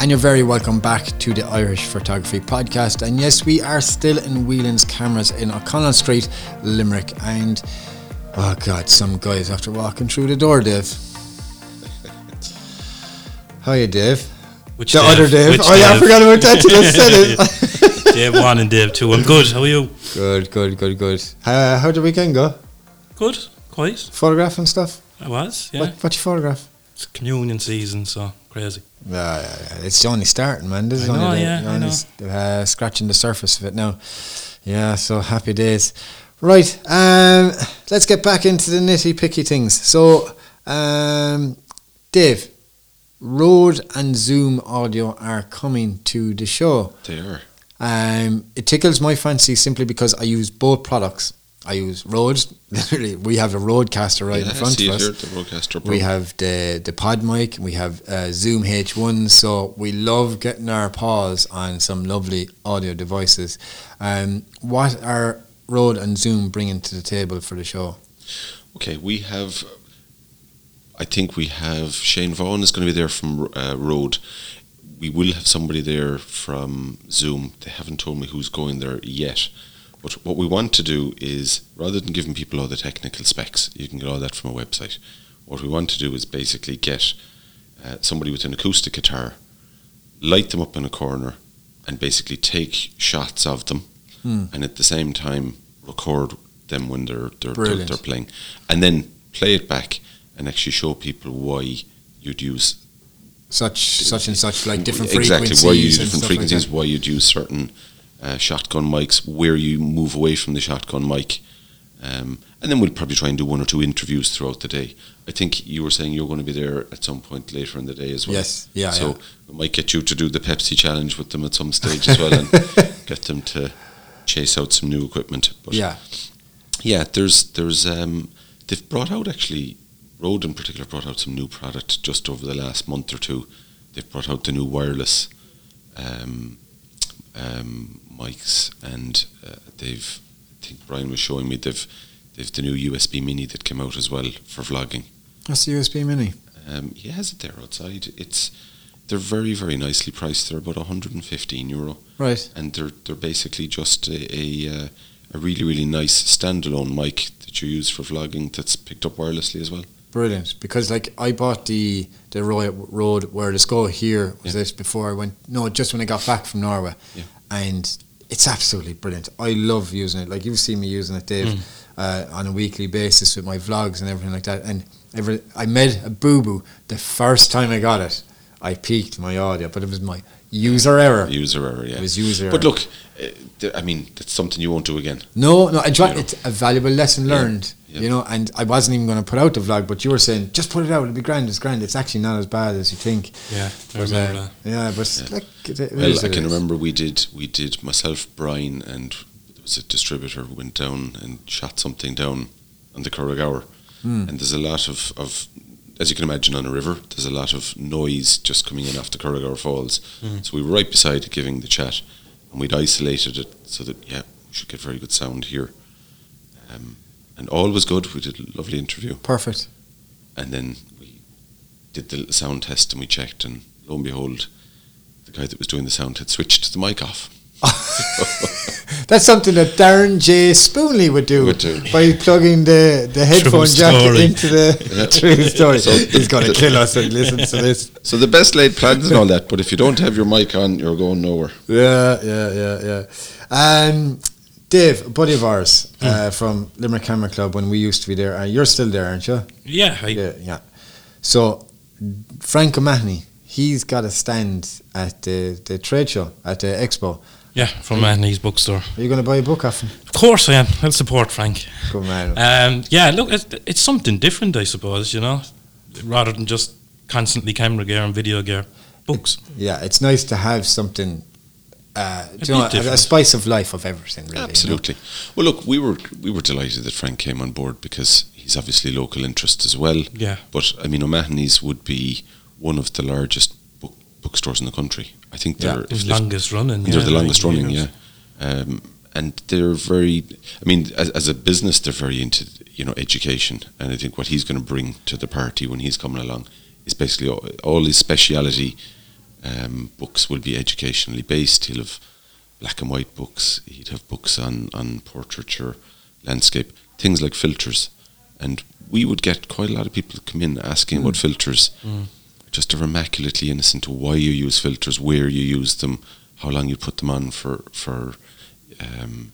And you're very welcome back to the Irish Photography Podcast. And yes, we are still in Whelan's Cameras in O'Connell Street, Limerick. And oh God, some guys after walking through the door,
[LAUGHS]
Dave. Hiya, Dave.
Which
the other Dave.
Which
oh yeah, I
Dave?
forgot about that. till I said
[LAUGHS]
it.
Dave one and Dave two. I'm good. How are you?
good, good, good, good. Uh, how did the weekend go?
Good. Quite.
Photograph and stuff.
I was. Yeah.
What, what you photograph?
It's communion season, so crazy.
Yeah, yeah, Uh, yeah. it's only starting, man. This is
I know,
only, the,
yeah,
you're
I
only
know.
s- Uh, scratching the surface of it now. Yeah, so happy days. Right, um, let's get back into the nitty picky things. So, um, Dave, Rode and Zoom audio are coming to the show.
They are.
Um, it tickles my fancy simply because I use both products. I use Rode. [LAUGHS] Literally, we have a Rodecaster right
Yeah,
in front
see
of
if
us.
you're at the broadcaster
We
pro.
have the the pod mic, we have uh, Zoom H1, so we love getting our paws on some lovely audio devices. Um, what are Rode and Zoom bringing to the table for the show?
Okay, we have. I think we have Shane Vaughan is going to be there from uh, Road. We will have somebody there from Zoom. They haven't told me who's going there yet. But what we want to do is rather than giving people all the technical specs, you can get all that from a website. What we want to do is basically get uh, somebody with an acoustic guitar, light them up in a corner, and basically take shots of them,
Hmm.
and at the same time record them when they're they're, they're,
Brilliant.
they're playing and then play it back and actually show people why you'd use
Such such and such like different
exactly
frequencies.
why you use
and
different
stuff like
frequencies,
that.
why you'd use certain uh, shotgun mics, where you move away from the shotgun mic, um, and then we'll probably try and do one or two interviews throughout the day. I think you were saying you're going to be there at some point later in the day as well.
Yes, yeah,
So
yeah.
we might get you to do the Pepsi challenge with them at some stage as well,
[LAUGHS]
and get them to chase out some new equipment. But
yeah,
yeah, there's there's um, they've brought out actually Rode in particular brought out some new product just over the last month or two. They've brought out the new wireless um, um, mics, and uh, they've I think Brian was showing me they've they've the new USB Mini that came out as well for vlogging.
that's the USB Mini.
Um, he has it there outside. It's they're very very nicely priced. They're about 115 euro
Right.
and they're they're basically just a, a, uh, a really, really nice standalone mic that you use for vlogging that's picked up wirelessly as well.
Brilliant, because like I bought the the Roy Road where the skull here was
Yeah.
this before I went. No, just when I got back from Norway,
Yeah.
and it's absolutely brilliant. I love using it. Like you've seen me using it, Dave,
Mm.
uh, on a weekly basis with my vlogs and everything like that. And every I made a boo boo the first time I got it. I peaked my audio, but it was my user error.
User error, yeah.
It was user
But
error.
look, uh, th- I mean, that's something you won't do again.
No, no, I
You
tried.
know.
It's a valuable lesson
Yeah,
learned,
yeah.
you know. And I wasn't even going to put out the vlog, but you were saying just put it out; it'll be grand. It's grand. It's actually not as bad as you think.
Yeah, I
But,
remember
uh,
that.
Yeah, but like, it, it
Well,
is,
I
it
can
is.
remember we did we did myself, Brian, and there was a distributor who went down and shot something down on the Corrigour.
Hmm.
And there's a lot of, of, as you can imagine, on a river, there's a lot of noise just coming in off the Corrigour Falls. So we were right beside it giving the chat, and we'd isolated it so that yeah, we should get very good sound here. Um, and all was good. We did a lovely interview,
Perfect. [LAUGHS]
and then we did the sound test and we checked, and lo and behold, the guy that was doing the sound had switched the mic off.
That's something that Darren J. Spoonley would do,
Would do.
by plugging the, the headphone jack
story.
into the
Yeah.
[LAUGHS] true story.
So-
He's going to kill us and listen to this.
So the best laid plans and all that, but if you don't have your mic on, you're going nowhere.
Yeah, yeah, yeah, yeah. Um, Dave, a buddy of ours uh, from Limerick Camera Club, when we used to be there, uh, you're still there, aren't you?
Yeah, I,
Yeah, yeah. So Frank O'Mahony, he's got a stand at the, the trade show at the expo.
yeah, from Anthony's bookstore.
Are you going to buy a book off
[LAUGHS]
him?
Of course I am. I'll support Frank.
Good man.
Um, yeah, look, it's, it's something different, I suppose, you know, rather than just constantly camera gear and video gear. Books.
Yeah, it's nice to have something. Uh, do
bit
you know, a, a
different.
spice of life of everything, really. you know?
Absolutely. Well, look, we were we were delighted that Frank came on board because he's obviously local interest as well.
Yeah.
But I mean, O'Mahony's would be one of the largest book, bookstores in the country. I think
Yeah.
they're if
It's
they're-
longest running.
they're
yeah,
the longest
like,
running.
you
Yeah.
know.
Um, and they're very. I mean, as, as a business, they're very into you know education, and I think what he's going to bring to the party when he's coming along is basically all, all his speciality um, books will be educationally based. He'll have black and white books. He'd have books on on portraiture, landscape, things like filters, and we would get quite a lot of people come in asking about filters. Just are immaculately innocent to why you use filters, where you use them, how long you put them on for for. Um,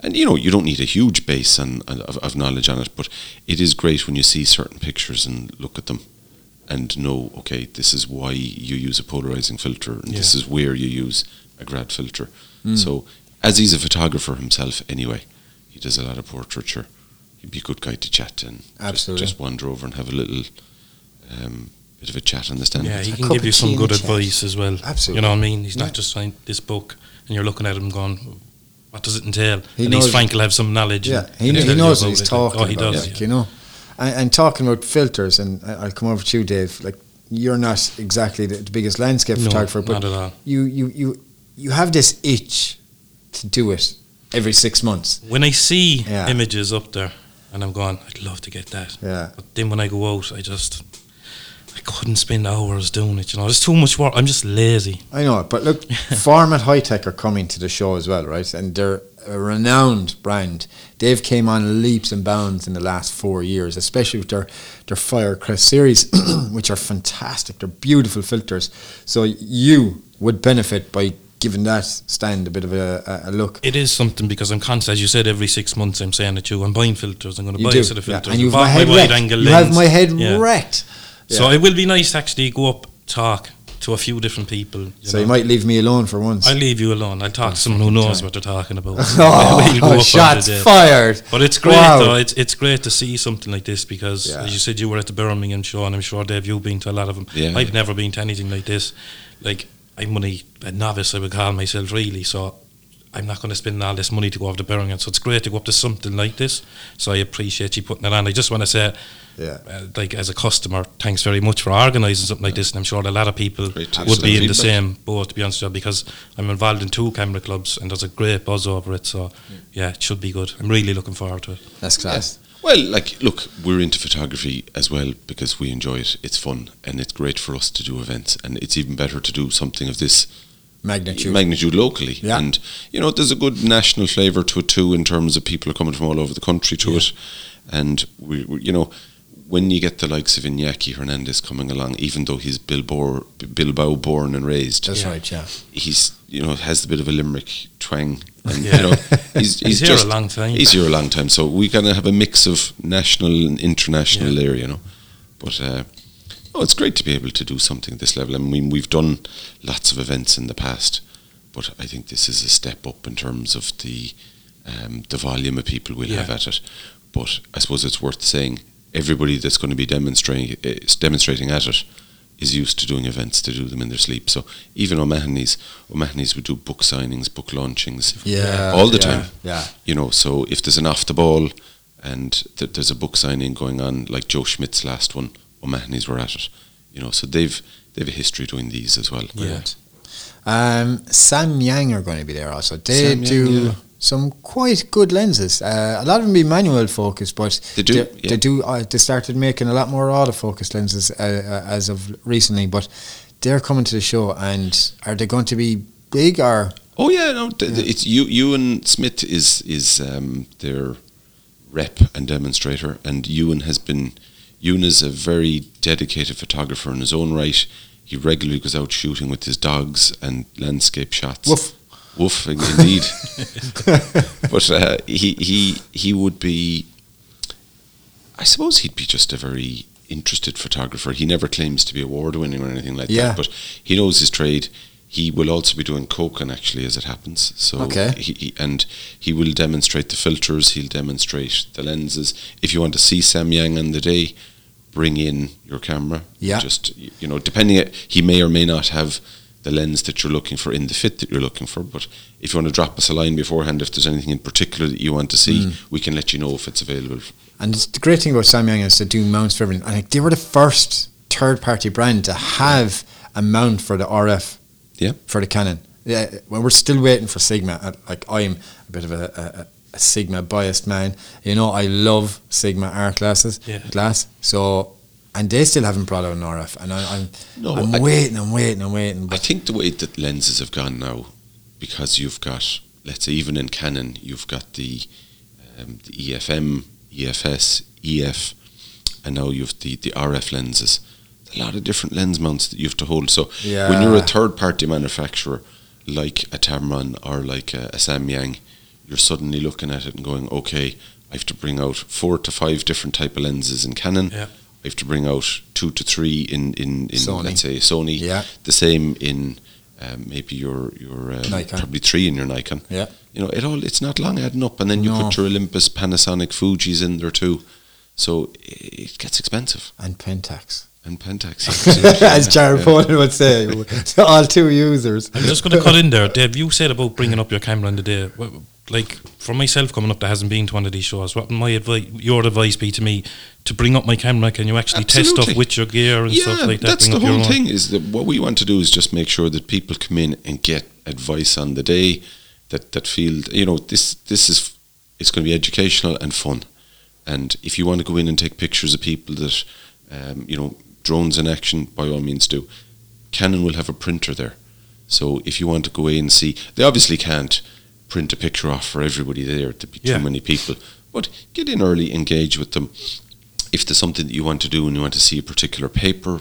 and you know you don't need a huge base on, on- of, of knowledge on it, but it is great when you see certain pictures and look at them, and know okay this is why you use a polarizing filter and this is where you use a grad filter. So as he's a photographer himself anyway, he does a lot of portraiture. He'd be a good guy to chat to and just-
Absolutely.
just, wander over and have a little um, bit of a chat on the stand.
Yeah, he
A
can
cup
give
of
you
tea
some
and
good
a chat.
advice as well. You
Absolutely.
know what I mean? He's
Yeah.
not just signed this book and you're looking at him going, what does it entail?
He
At
knows-
least Frank will have some knowledge.
Yeah,
and-
he,
and
kn- he
tell you
knows what
about
he's
it.
talking
Oh, he
about,
does.
like,
yeah.
you know. And, and talking about filters, and I, I'll come over to you, Dave. Like you're not exactly the, the biggest landscape
No,
photographer, but
not at all.
you you you you have this itch to do it every six months.
When I see
Yeah.
images up there and I'm going, I'd love to get that.
Yeah,
But then when I go out, I just I couldn't spend hours doing it. You know, it's too much work. I'm just lazy.
I know it. But
[LAUGHS]
look, Farmat High Tech are coming to the show as well, right? And they're a renowned brand. They've came on leaps and bounds in the last four years, especially with their their Firecrest series, [CLEARS THROAT] which are fantastic. They're beautiful filters. So you would benefit by giving that stand a bit of a, a, a look.
It is something because I'm constant, as you said, every six months I'm saying it to you. I'm buying filters. I'm going to
You
buy
do,
a set of
yeah.
filters.
and
I
you've
bought
my head
my
wrecked.
wide-angle
You have
lens.
my head
Yeah.
wrecked.
So
Yeah.
it will be nice to actually go up, talk to a few different people. You
So
know.
you might leave me alone for once. [LAUGHS]
I'll leave you alone. I'll talk to someone who knows what they're talking about.
oh,
We'll go up on the
shots
day.
fired!
But it's great
Wow.
though. It's it's great to see something like this because,
Yeah.
as you said, you were at the Birmingham show, and I'm sure Dave, you've been to a lot of them.
Yeah.
I've never been to anything like this. Like I'm only a novice, I would call myself really. So I'm not going to spend all this money to go over to Birmingham. So it's great to go up to something like this. So I appreciate you putting it on. I just want to say,
Yeah.
uh, like as a customer, thanks very much for organising something like this. And I'm sure a lot of people
Great to
would
see
be in the
feedback.
same boat, to be honest with you, because I'm involved in two camera clubs and there's a great buzz over it. So yeah, it should be good. I'm really looking forward to it.
That's class.
Well, like, look, we're into photography as well because we enjoy it. It's fun and it's great for us to do events, and it's even better to do something of this
magnitude.
magnitude locally.
Yeah.
And you know, there's a good national flavour to it too, in terms of people are coming from all over the country to it. And we, we, you know, when you get the likes of Iñaki Hernandez coming along, even though he's Bilbao, Bilbao born and raised,
That's
Yeah.
right, yeah.
he's you know has the bit of a Limerick
[LAUGHS]
twang. And,
Yeah.
You know, he's, he's,
[LAUGHS] He's here a
just,
long time.
He's here a long time, so we kind of have a mix of national and international there, you know. But uh, oh, it's great to be able to do something at this level. I mean, we've done lots of events in the past, but I think this is a step up in terms of the um, the volume of people we'll have
Yeah.
at it. But I suppose it's worth saying everybody that's going to be demonstrating is demonstrating at it is used to doing events to do them in their sleep. So even O'Mahony's, O'Mahony's would do book signings, book launchings,
Yeah,
all the
yeah,
time.
yeah.
you know. So if there's an off the ball and th- there's a book signing going on, like Joe Schmidt's last one, O'Mahony's were at it, you know. So they've they've a history doing these as well.
Yeah.
Um, Sam Yang are going to be there also. They
Sam Yang,
do
yeah.
some quite good lenses. Uh, a lot of them be manual focused, but
They do,
They,
yeah.
they do. Uh, they started making a lot more autofocus lenses uh, uh, as of recently, but they're coming to the show. And are they going to be big or
Oh yeah, no, th- th- it's you. Ewan Smith is is um, their rep and demonstrator, and Ewan has been. Ewan is a very dedicated photographer in his own right. He regularly goes out shooting with his dogs and landscape shots.
woof?
Woof, in-
[LAUGHS]
indeed. [LAUGHS] but uh, he he he would be. I suppose he'd be just a very interested photographer. He never claims to be award winning or anything like
Yeah.
that, but he knows his trade. He will also be doing Kokan actually, as it happens. So
Okay.
he, he, and he will demonstrate the filters. He'll demonstrate the lenses. If you want to see Samyang on the day, bring in your camera.
Yeah.
Just y- you know, depending, it he may or may not have the lens that you're looking for in the fit that you're looking for. But if you want to drop us a line beforehand, if there's anything in particular that you want to see, we can let you know if it's available.
And it's- the great thing about Sam Yang is they do mounts for everything. I think they were the first third party brand to have a mount for the RF.
Yeah.
For the Canon. Yeah. Well, we're still waiting for Sigma. Uh, Like I'm a bit of a, a, a- a Sigma biased man. You know, I love Sigma R glasses.
Yeah.
Glass. So. And they still haven't brought out an RF, and I, I'm,
No,
I'm
I-
waiting, I'm waiting, I'm waiting.
I
But
think the way that lenses have gone now, because you've got, let's say, even in Canon, you've got the, um, the EFM, EFS, EF, E and now you've the, the RF lenses. A lot of different lens mounts that you have to hold. So when you're a
Yeah.
third party manufacturer, like a Tamron or like a, a Samyang, you're suddenly looking at it and going, okay, I have to bring out four to five different type of lenses in Canon.
Yeah.
I have to bring out two to three in in, in
Sony.
let's say Sony.
Yeah.
The same in um, maybe your your um,
Nikon.
probably three in your Nikon.
Yeah.
You know, it all it's not long adding up, and then you
No.
put your Olympus, Panasonic, Fuji's in there too. So i- it gets expensive.
and Pentax,
And
[LAUGHS]
Pentax,
as Jared Polin would say, [LAUGHS] all two users.
I'm just going to cut in there, Dave. You said about bringing up your camera in the day. Wh- Like for myself, coming up that hasn't been to one of these shows. What would my advice, your advice, be to me to bring up my camera? Can you actually test
Absolutely.
stuff with your gear and stuff like that?
That's
bring
the
up your
whole
own?
thing. Is that what we want to do is just make sure that people come in and get advice on the day that that feel you know this this is it's going to be educational and fun. And if you want to go in and take pictures of people that um, you know drones in action, by all means do. Canon will have a printer there, so if you want to go in and see, they obviously can't print a picture off for everybody there. There'd be
Yeah.
too many people. But get in early, engage with them if there's something that you want to do and you want to see a particular paper,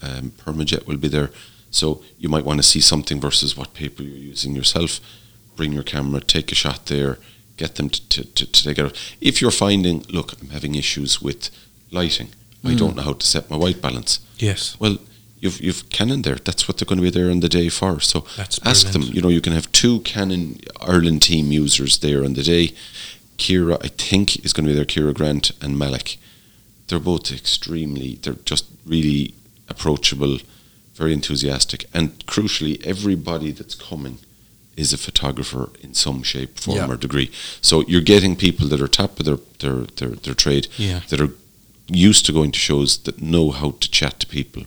um, Permajet will be there. So you might want to see something versus what paper you're using yourself. Bring your camera, take a shot there, get them to, to, to, to take it out. If you're finding, look, I'm having issues with lighting. I don't know how to set my white balance.
Yes.
Well, you've you've Canon there. That's what they're going to be there on the day for. So
That's
ask them.
brilliant.
You know, you can have two Canon Ireland team users there on the day. Kira, I think, is going to be there. Kira Grant and Malik. They're both extremely. They're just really approachable, very enthusiastic, and crucially, everybody that's coming is a photographer in some shape, form,
Yeah.
or degree. So you're getting people that are top of their their their, their trade
Yeah.
that are used to going to shows that know how to chat to people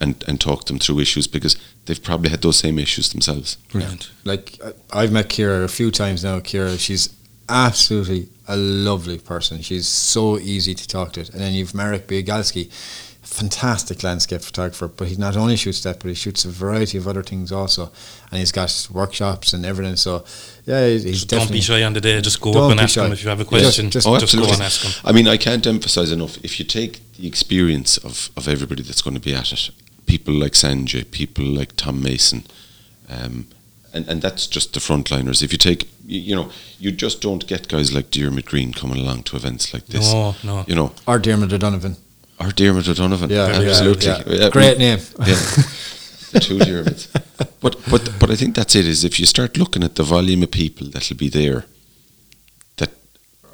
and, and talk them through issues because they've probably had those same issues themselves.
Brilliant.
like I- I've met Kira a few times now. Kira, she's absolutely a lovely person. She's so easy to talk to. And then you've Marek Biegalski, fantastic landscape photographer, but he not only shoots that, but he shoots a variety of other things also, and he's got workshops and everything. So, yeah, he's he's
Just don't
definitely
be shy on the day. Just go
Don't
up and
be
ask
shy.
them if you have a
Yeah,
question.
just-
Just,
Oh,
go
absolutely.
and ask them.
I mean, I can't emphasize enough. If you take the experience of, of everybody that's going to be at it, people like Sanjay, people like Tom Mason, um, and, and that's just the frontliners. If you take, you, you know, you just don't get guys like Dermot Green coming along to events like this.
No, no.
You know,
or Dermot O'Donovan.
or Dermot O'Donovan.
Yeah, yeah,
absolutely.
yeah.
Uh, we-
Great name. [LAUGHS]
yeah. the two pyramids. But but but I think that's it. Is if you start looking at the volume of people that'll be there, that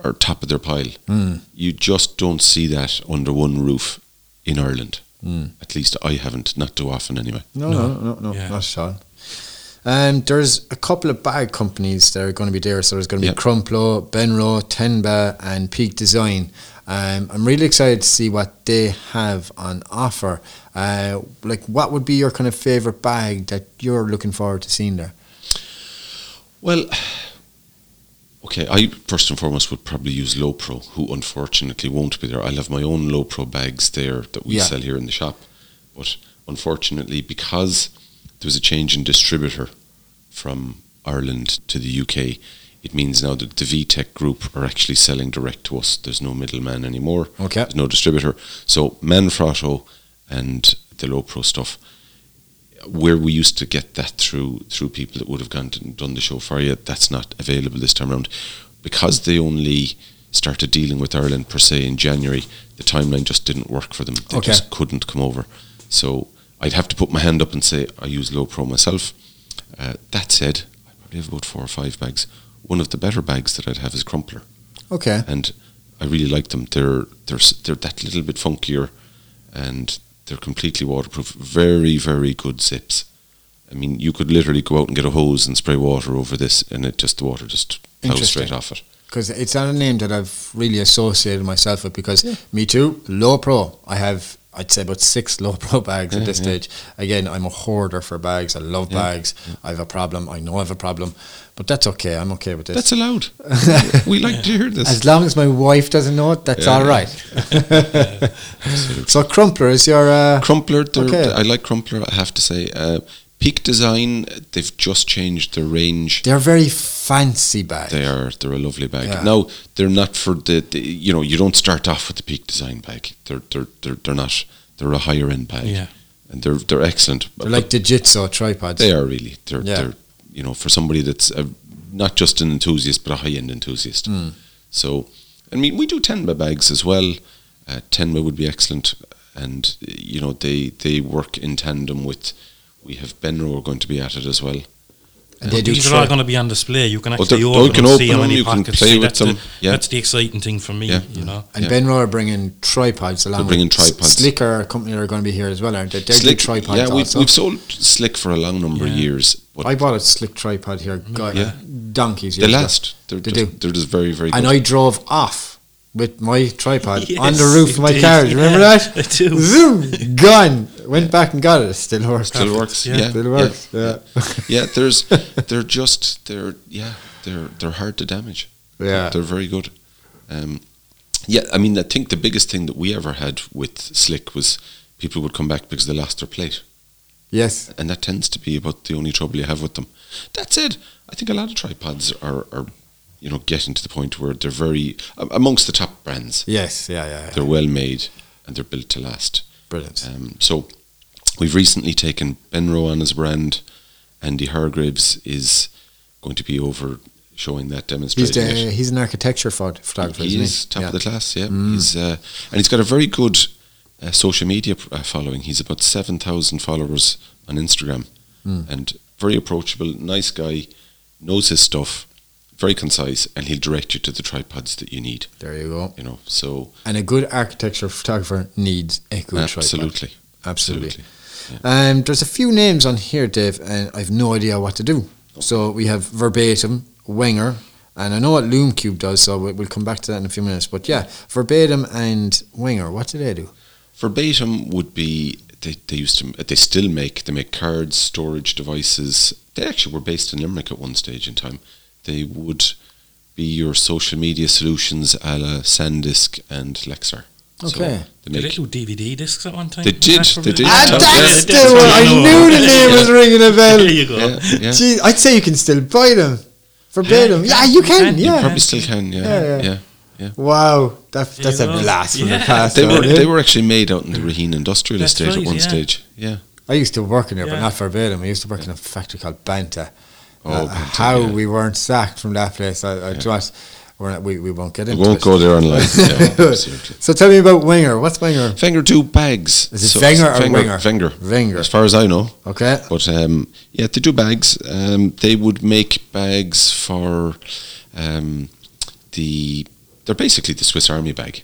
are top of their pile,
Mm.
you just don't see that under one roof in Ireland.
Mm.
At least I haven't, not too often anyway.
No, no, no, no,
Yeah.
not at all. Um, there's a couple of bag companies that are going to be there. So there's going to be
Yep.
Crumplow, Benro, Tenba, and Peak Design. Um, I'm really excited to see what they have on offer. Uh, like, what would be your kind of favorite bag that you're looking forward to seeing there?
Well, [SIGHS] okay. I first and foremost would probably use Low Pro, who unfortunately won't be there. I'll have my own Low Pro bags there that we
Yeah.
sell here in the shop, but unfortunately, because there was a change in distributor from Ireland to the UK, it means now that the VTech Group are actually selling direct to us. There's no middleman anymore.
Okay.
There's no distributor. So Manfrotto and the Low Pro stuff, where we used to get that through through people that would have gone to, done the show for you, that's not available this time around. Because they only started dealing with Ireland per se in January, the timeline just didn't work for them. They
Okay.
just couldn't come over. So I'd have to put my hand up and say I use Low Pro myself. Uh, that said, I probably have about four or five bags. One of the better bags that I'd have is Crumpler
Okay.
and I really like them. They're they're s- they're that little bit funkier, and they're completely waterproof. Very very good zips. I mean, you could literally go out and get a hose and spray water over this, and it just the water just flows
Interesting.
straight off it.
because it's not a name that I've really associated myself with. Because me too, low pro. I have I'd say about six low pro [LAUGHS] bags
Yeah,
at this
yeah.
stage. Again, I'm a hoarder for bags. I love
Yeah,
bags. I have a problem. I know I have a problem, but that's okay. I'm okay with this.
That's
[LAUGHS]
allowed. we like to hear this.
as long as my wife doesn't know it, that's
Yeah.
all
[LAUGHS]
right. so Crumpler is your uh,
Crumpler, they're-
Okay.
I like Crumpler. I have to say, uh, Peak Design. They've just changed their range.
they're very fancy bags.
They are. They're a lovely bag.
Yeah.
No, they're not for the, the. You know, you don't start off with the peak design bag. They're they're they're, they're not. They're a higher end bag.
Yeah.
and they're they're excellent.
They're like Digitso tripods.
they are really. They're
Yeah.
they're you know for somebody that's a, not just an enthusiast but a high end enthusiast.
Hmm.
So, I mean, we do Tenba bags as well. Uh, Tenba would be excellent, and uh, you know they they work in tandem with. We have Benro are going to be at it as well.
and they do.
These are all
tri-
going to be on display. You can
Oh,
actually
they're-
order
you can
them,
open
see how
them,
many
you can
pockets.
play
See,
with
that's
them.
The,
Yeah.
That's the exciting thing for me.
Yeah.
You know,
and
yeah.
Benro are bringing tripods along.
bringing
with S-
tripods.
Slicker company are going to be here as well, aren't they? They
Slick-
do tripods.
yeah, we've,
also.
we've sold Slick for a long number of
Yeah.
years, but
I bought a slick tripod here.
Mm.
Got
Yeah.
donkeys.
they
years ago.
last. They're,
They
just,
do.
They're just very, very good.
And I drove off with my
[LAUGHS]
tripod on the
Yes,
roof of my
indeed.
car. Do you remember
Yeah,
that?
I do. [LAUGHS]
Zoom, gone. Went back and got it. It Still works.
Still works.
yeah.
Yeah, yeah
Still works.
Yeah,
Yeah.
Yeah, there's [LAUGHS] they're just they're yeah they're they're hard to damage.
[LAUGHS] Yeah.
they're very good. Um, yeah, I mean, I think the biggest thing that we ever had with Slick was people would come back because they lost their plate,
Yes.
and that tends to be about the only trouble you have with them. That said, I think a lot of tripods are are you know getting to the point where they're very a- amongst the top brands.
Yes. Yeah. Yeah. yeah.
They're well made and they're built to last.
Brilliant.
Um, so we've recently taken Ben Rowan as a brand. Andy Hargraves is going to be over showing that
He's
demonstrating
the,
it.
he's an architecture phot- photographer.
He
isn't
is top
yeah. Mm.
of the class, yeah. He's uh, and he's got a very good uh, social media pr- uh, following. He's about seven thousand followers on Instagram,
Mm.
and very approachable, nice guy, knows his stuff, very concise, and he'll direct you to the tripods that you need.
There you go.
You know, so
And a good architecture photographer needs a good tripod.
absolutely,
Absolutely.
absolutely.
Um, there's a few names on here, Dave, and I've no idea what to do. So we have verbatim, Wenger, and I know what Loom Cube does, so we- we'll come back to that in a few minutes. But yeah, verbatim and Wenger, what do they do?
verbatim would be they, they used to they still make they make cards storage devices they actually were based in limerick at one stage in time they would be your social media solutions a la sandisk and lexar
Okay.
So they
Did they
make
do DVD discs at one time?
They did,
Back from
they
the-
did.
Ah,
Yeah,
that's
yeah,
the one. I knew
[LAUGHS]
the name
[LAUGHS]
was ringing a
There
bell.
you go.
yeah, yeah.
Gee, I'd say you can still buy them, forbid them. Yeah, you can.
You
You
[LAUGHS] Yeah.
probably still can, yeah.
Yeah, yeah.
yeah.
Wow, that's that's a
Yeah.
blast from the
Yeah.
past.
They were
though.
they were actually made out in the Raheen Industrial
That's
Estate
right,
at one
yeah.
stage. Yeah.
I used to work in there, but
Yeah.
not verbatim. I used to work in a factory called Banta.
Oh,
Uh,
Banta,
how
yeah.
we weren't sacked from that place, I, I trust. We're not, we, we won't get
I
into
won't
it.
go there online.
[LAUGHS]
Yeah, absolutely.
so tell me about Winger. What's Winger?
Finger two bags.
Is it Wenger or Winger?
Finger.
Wenger.
As far as I know.
Okay.
But um, yeah, they do bags. Um, they would make bags for um, the. They're basically the Swiss Army bag.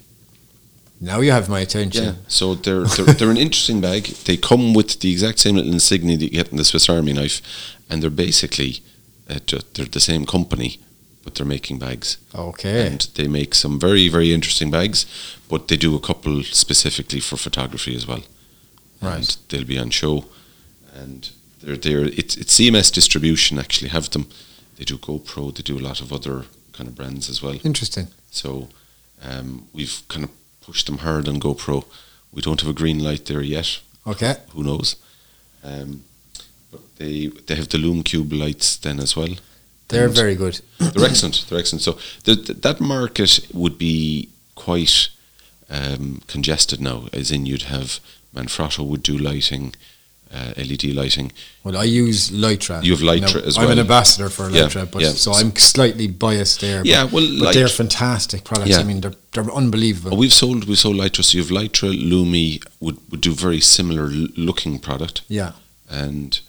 Now you have my attention.
So they're, they're
[LAUGHS]
they're an interesting bag. They come with the exact same little insignia that you get in the Swiss Army knife, and they're basically uh, ju- they're the same company, but they're making bags.
Okay.
And they make some very very interesting bags, but they do a couple specifically for photography as well.
Right.
And they'll be on show, and they're there. It's it's CMS Distribution actually have them. They do GoPro. They do a lot of other kind of brands as well.
Interesting.
So um, we've kind of pushed them hard on GoPro. We don't have a green light there yet.
Okay.
Who knows? Um, but they they have the Loom Cube lights then as well.
They're
And
very good.
They're excellent. They're excellent. So the, th that market would be quite um, congested now, as in you'd have Manfrotto would do lighting, uh, LED lighting.
Well, I use Lytra.
You have Lytra as
I'm an
well.
ambassador for
Yeah,
Lytra, but
yeah.
so I'm slightly biased there.
Yeah,
but,
well,
but they're
Lytra-
fantastic products.
Yeah.
I mean, they're, they're unbelievable.
Well, we've sold we've sold Lytra. So you've Lytra, Lumi would would do very similar l- looking product.
yeah.
And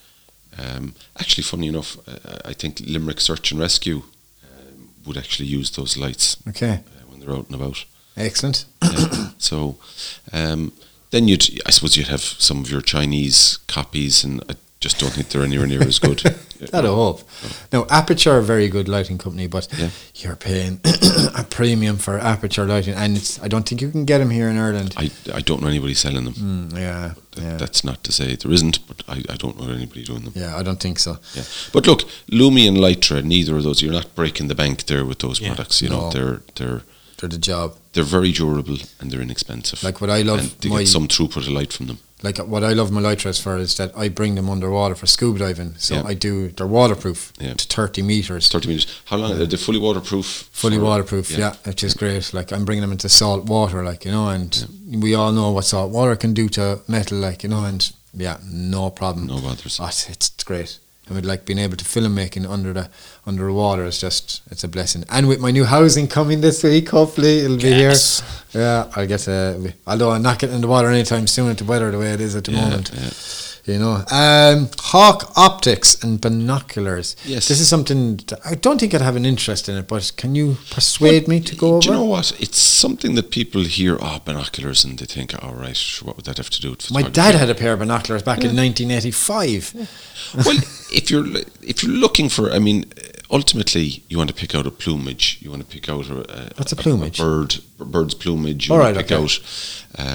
um, actually, funny enough, uh, I think Limerick Search and Rescue um, would actually use those lights
Okay.
uh, when they're out and about.
Excellent.
Yeah. so um, then you'd, I suppose, you'd have some of your Chinese copies, and I just don't think they're anywhere near
[LAUGHS]
as good.
That I hope. Now, Aperture are a very good lighting company, but
Yeah.
you're paying [COUGHS] a premium for Aperture lighting, and it's, I don't think you can get them here in Ireland.
I, I don't know anybody selling them.
Mm, yeah,
Um, That,
yeah,
That's not to say there isn't, but I, I don't know anybody doing them.
yeah. I don't think so.
Yeah. But look, Lumi and Lytra, neither of those, you're not breaking the bank there with those
Yeah.
products. You
No.
know, they're they're
They're the job.
they're very durable and they're inexpensive.
Like what I love
and they
my-
get some throughput of light from them.
Like what I love my Lytras for is that I bring them underwater for scuba diving. So
Yeah.
I do. They're waterproof
Yeah.
to thirty meters.
It's thirty meters. How long? They're fully waterproof.
Fully
for-
waterproof, yeah.
yeah.
which is great. Like I'm bringing them into salt water, like you know, and we all know what salt water can do to metal, like you know, and yeah, no problem.
No bothers.
Oh, it's, it's great. I would like being able to film making under the underwater is just it's a blessing. And with my new housing coming this week, hopefully it'll be
Yes.
here. Yeah, I'll get a. Although I'm not getting in the water anytime soon with the weather the way it is at the
Yeah,
moment.
yeah.
You know, um, Hawk optics and binoculars.
Yes.
this is something that I don't think I'd have an interest in it, but can you persuade me to go over?
Do you know what? It's something that people hear, oh, binoculars, and they think, all right, sure, what would that have to do with
my
photography?
dad had a pair of binoculars back in 1985.
well, if you're li- if you're looking for, I mean, ultimately, you want to pick out a plumage. You want to pick out a, a
What's a plumage?
bird, a bird's plumage. You
All
want
right,
to pick
okay.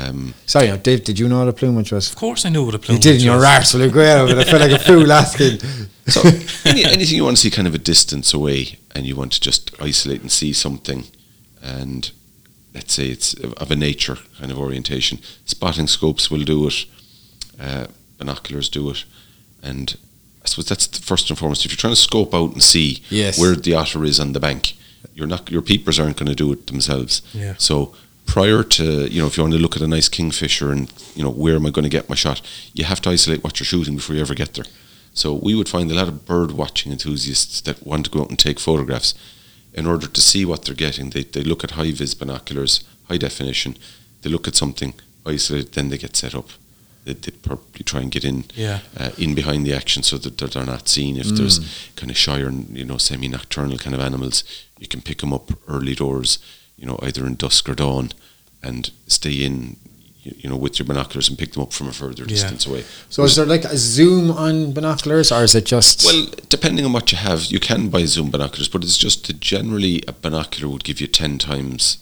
out. Um,
Sorry, now, Dave, did you know what a plumage was?
Of course I know what a
You
plumage
did, and you're
was.
absolutely great over it. I felt like a fool asking.
[LAUGHS] So any, anything you want to see kind of a distance away and you want to just isolate and see something and let's say it's of of a nature kind of orientation, spotting scopes will do it, uh, binoculars do it. And I suppose that's the first and foremost. If you're trying to scope out and see
[LAUGHS] Yes.
where the otter is on the bank, you're not, your peepers aren't going to do it themselves.
Yeah.
So prior to, you know, if you want to look at a nice kingfisher and, you know, where am I going to get my shot, you have to isolate what you're shooting before you ever get there. So we would find a lot of bird watching enthusiasts that want to go out and take photographs. In order to see what they're getting, they, they look at high vis binoculars, high definition, they look at something, isolate, then they get set up. They, they probably try and get in
Yeah.
uh, in behind the action so that they're, they're not seen. If there's kind of shy or you know semi nocturnal kind of animals, you can pick them up early doors, you know, either in dusk or dawn, and stay in, you, you know, with your binoculars and pick them up from a further
Yeah.
distance away.
So, is there like a zoom on binoculars, or is it just
Well, depending on what you have, you can buy zoom binoculars, but it's just that generally a binocular would give you 10 times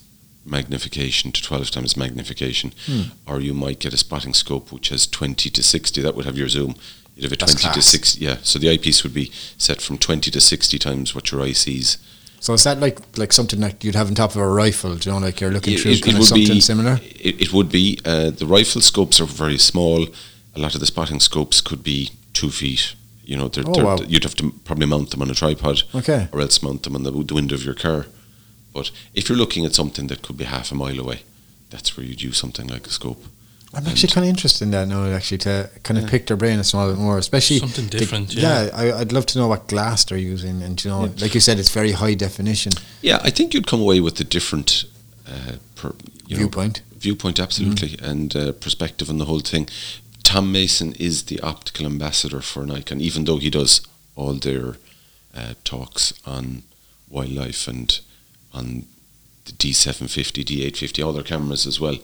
magnification to 12 times magnification,
Hmm.
or you might get a spotting scope which has 20 to 60. That would have your zoom. You'd have a
That's
20 to
class.
60. Yeah, so the eyepiece would be set from 20 to 60 times what your eye sees.
So is that like like something that you'd have on top of a rifle? Do you know, like you're looking
It-
through
it- it
kind of
would
something
be-
similar?
It, it would be. Uh, the rifle scopes are very small. A lot of the spotting scopes could be two feet. You know, they're,
Oh,
they're,
wow.
you'd have to probably mount them on a tripod
Okay.
or else mount them on the, the window of your car. But if you're looking at something that could be half a mile away, that's where you'd use something like a scope.
I'm actually kind of interested in that now, actually, to kind of pick their brain a small bit more, especially
Something
the-
different, yeah.
I, I'd love to know what glass they're using, and you know, like you said, it's very high definition
Yeah, I think you'd come away with a different uh, per, you know,
viewpoint.
viewpoint, absolutely, and uh, perspective on the whole thing. Tom Mason is the optical ambassador for Nikon, even though he does all their uh, talks on wildlife and on the D750, D850, all their cameras as well.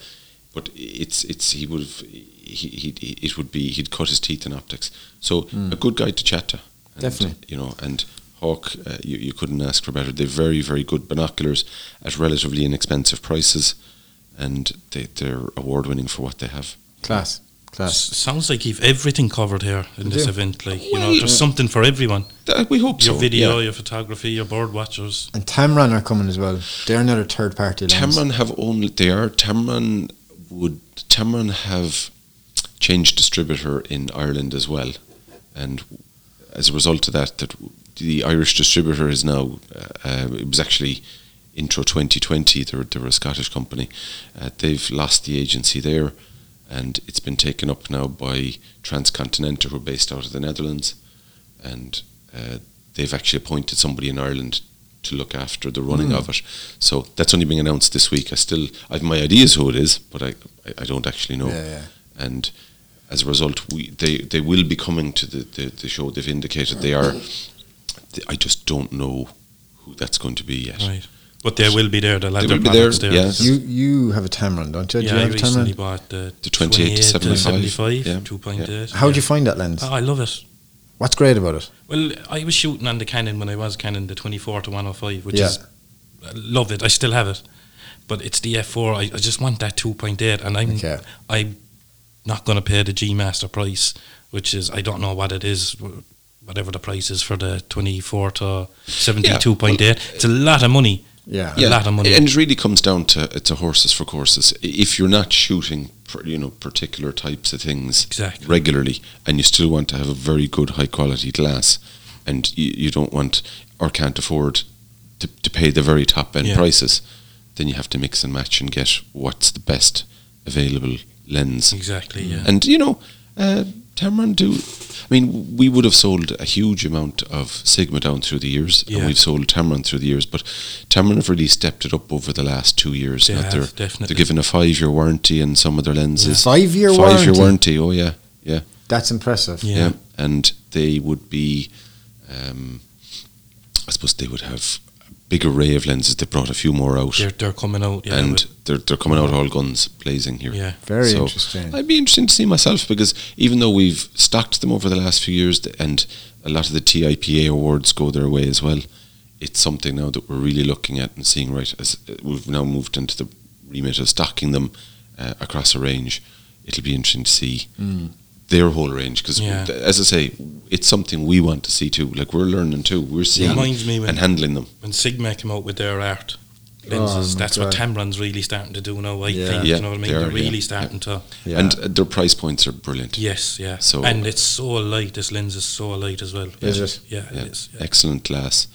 But it's it's he would have, he, he he- it would be he'd cut his teeth in optics. So a good guy to chat to, and,
Definitely.
You know, and Hawk, uh, you you couldn't ask for better. They're very very good binoculars at relatively inexpensive prices, and they they're award winning for what they have.
Class, class.
S- sounds like you've everything covered here in this
do.
event. Like you
Well,
know, there's something for everyone.
Uh, we hope
Your
so.
video,
yeah.
your photography, your bird watchers.
And Tamron are coming as well. They're another third party. lens.
Tamron have only they are Tamron would Tamron have changed distributor in Ireland as well, and as a result of that, that the Irish distributor is now uh, uh, it was actually intro 2020 they were, they were a Scottish company uh, they've lost the agency there and it's been taken up now by Transcontinental who are based out of the Netherlands and uh, they've actually appointed somebody in Ireland to look after the running of it so that's only being announced this week I still I've my ideas who it is but I, I, I don't actually know
Yeah, yeah.
and as a result, we they, they will be coming to the, the, the show. They've indicated they are. th- I just don't know who that's going to be yet.
Right. But they will be there. They'll have
They
their
will be there,
products there.
yes.
You you have a Tamron, don't you? Do
Yeah,
you
I
have a
recently
Tamron?
bought the,
The 28 to 75.
75,
Yeah. Uh,
2.8.
How would you find that lens?
Oh, I love it.
What's great about it?
Well, I was shooting on the Canon when I was Canon the 24 to 105, which
Yeah.
is I love it. I still have it, but it's the F4. I, I just want that 2.8, and
mm.
I'm
Okay.
I'm not going to pay the G Master price, which is I don't know what it is. wh- Whatever the price is for the 24 to 72.8, it's a lot of money.
Yeah.
A lot of money.
And it really comes down to uh, to horses for courses. I- If you're not shooting, pr- you know, particular types of things
Exactly.
regularly, and you still want to have a very good, high quality glass, and you, you don't want or can't afford to, to pay the very top end
Yeah.
prices, then you have to mix and match and get what's the best available lens
Exactly. Yeah.
And you know, uh, Tamron do. I mean, we would have sold a huge amount of Sigma down through the years, and
Yeah.
we've sold Tamron through the years. But Tamron have really stepped it up over the last two years.
They
now
have,
they're,
definitely.
they're given a five-year warranty in some of their lenses.
Five-year
Five-year
warranty?
warranty. Oh yeah,
That's impressive.
Yeah.
yeah. And they would be, um, I suppose they would have a big array of lenses. They brought a few more out,
They're, they're coming out. Yeah,
and
with-
they're they're coming out all guns blazing here.
yeah.
Very
So,
interesting.
I'd be interested to see myself because even though we've stocked them over the last few years th- and a lot of the TIPA awards go their way as well, it's something now that we're really looking at and seeing right as uh, we've now moved into the remit of stocking them uh, across a range. It'll be interesting to see their whole range because,
Yeah.
as I say, it's something we want to see too. Like we're learning too, we're seeing
Reminds me when-
and handling them.
when Sigma came out with their art lenses,
my
that's what Tamron's really starting to do now. I
Oh, Yeah.
think
Yeah,
you know what I
they
mean. They are
are, yeah,
really
yeah.
starting to.
Yeah.
And uh, their price points are brilliant.
Yes, yeah.
So-
and it's so light. This lens is so light as well.
Is it?
Yeah,
yeah,
it is. Yeah.
excellent glass,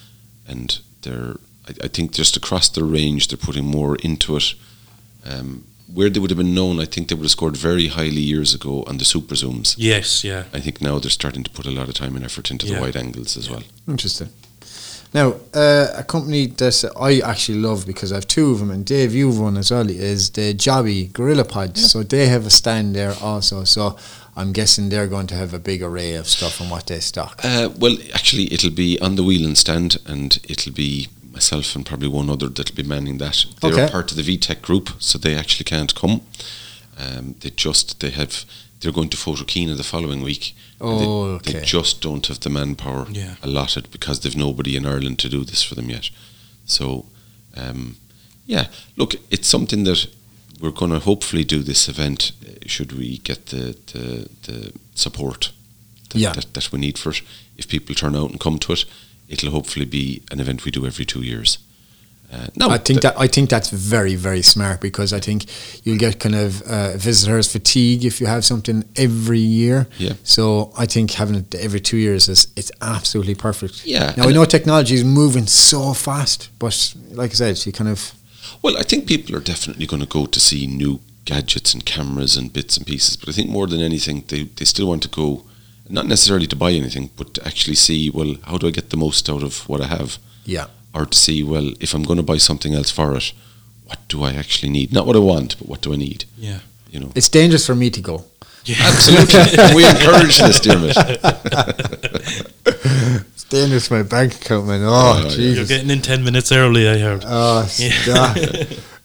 and they're I, I think just across the range they're putting more into it. Um, where they would have been known, I think they would have scored very highly years ago on the super zooms.
Yes, yeah.
I think now they're starting to put a lot of time and effort into
Yeah.
the wide angles as well.
Interesting. Now, uh, a company that I actually love because I have two of them, and Dave, you've one as well, is the Jobby Gorilla Pods. So they have a stand there also. So I'm guessing they're going to have a big array of stuff and what they stock.
Uh, well, actually, it'll be on the wheel and stand, and it'll be myself and probably one other that'll be manning that. They're
Okay.
part of the VTech group, so they actually can't come. Um, they just they have they're going to Photokina the following week. and Uh, they-
Oh,
they,
okay.
just don't have the manpower
Yeah.
allotted because they've nobody in Ireland to do this for them yet. So, um, yeah, look, it's something that we're going to hopefully do this event uh, should we get the the, the support that,
Yeah.
that, that we need for it if people turn out and come to it it'll hopefully be an event we do every two years. Uh, no,
I think
th-
that I think that's very very smart because I think you'll get kind of uh, visitors fatigue if you have something every year.
Yeah.
So I think having it every two years is it's absolutely perfect.
Yeah,
Now I
and-
know technology is moving so fast, but like I said, you kind of
Well, I think people are definitely going to go to see new gadgets and cameras and bits and pieces, but I think more than anything, they, they still want to go, not necessarily to buy anything, but to actually see, well, how do I get the most out of what I have?
Yeah.
Or to see, well, if I'm going to buy something else for it, what do I actually need? Not what I want, but what do I need?
Yeah.
You know,
it's dangerous for me to go.
absolutely. [LAUGHS] we encourage this, dear mate.
It's dangerous for my bank account, man.
Oh,
Oh,
yeah.
You're
Jesus.
getting in 10 minutes early, I heard.
Oh,
[LAUGHS]
stop.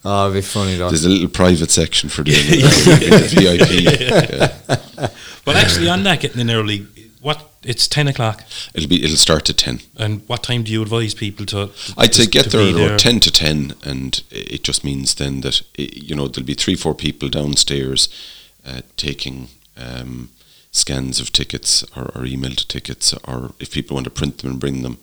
oh, it'd be funny though.
There's a little private section for doing it. VIP. Yeah.
But actually, on that, getting in early, what it's 10 o'clock.
It'll be. It'll start at ten.
And what time do you advise people to?
I'd say
to-
get
to
there
be
around 10 to 10, and i- it just means then that, i you know, there'll be three, four people downstairs uh, taking um, scans of tickets or, or emailed tickets, or if people want to print them and bring them,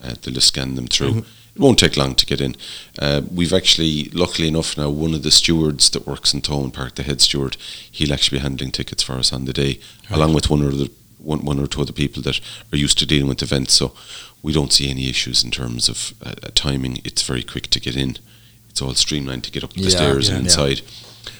uh, they'll just scan them through.
Mm-hmm.
It won't take long to get in. Uh, we've actually, luckily enough now, one of the stewards that works in Tone Park, the head steward, he'll actually be handling tickets for us on the day, along with one or other one, one or two other people that are used to dealing with events. So we don't see any issues in terms of uh, uh, timing. It's very quick to get in. It's all streamlined to get up the
Yeah,
stairs
yeah.
and inside.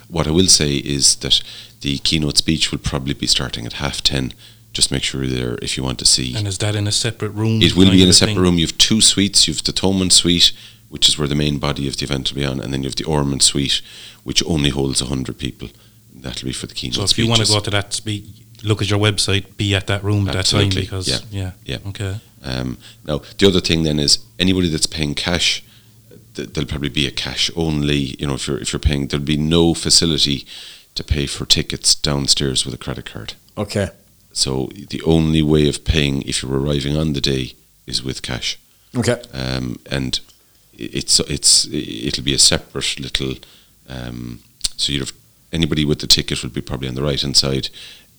What I will say is that the keynote speech will probably be starting at half ten. Just make sure you're there if you want to see.
And is that in a separate room?
It will
kind
be in a
of
separate
thing?
room. You have two suites. You have the Toman suite, which is where the main body of the event will be on, and then you have the Ormond suite, which only holds 100 people. That'll be for the keynote
So if you want to
speeches.
go to that, speak, look at your website, be at that room at that time
Absolutely,
because
yeah,
yeah,
yeah.
okay,
Um, now, the other thing then is anybody that's paying cash, th- there'll probably be a cash only. You know, if you're if you're paying, there'll be no facility to pay for tickets downstairs with a credit card.
Okay.
So the only way of paying if you're arriving on the day is with cash,
Okay.
um, and i- it's it's it'll be a separate little. Um, so you'd have anybody with the ticket would be probably on the right hand side.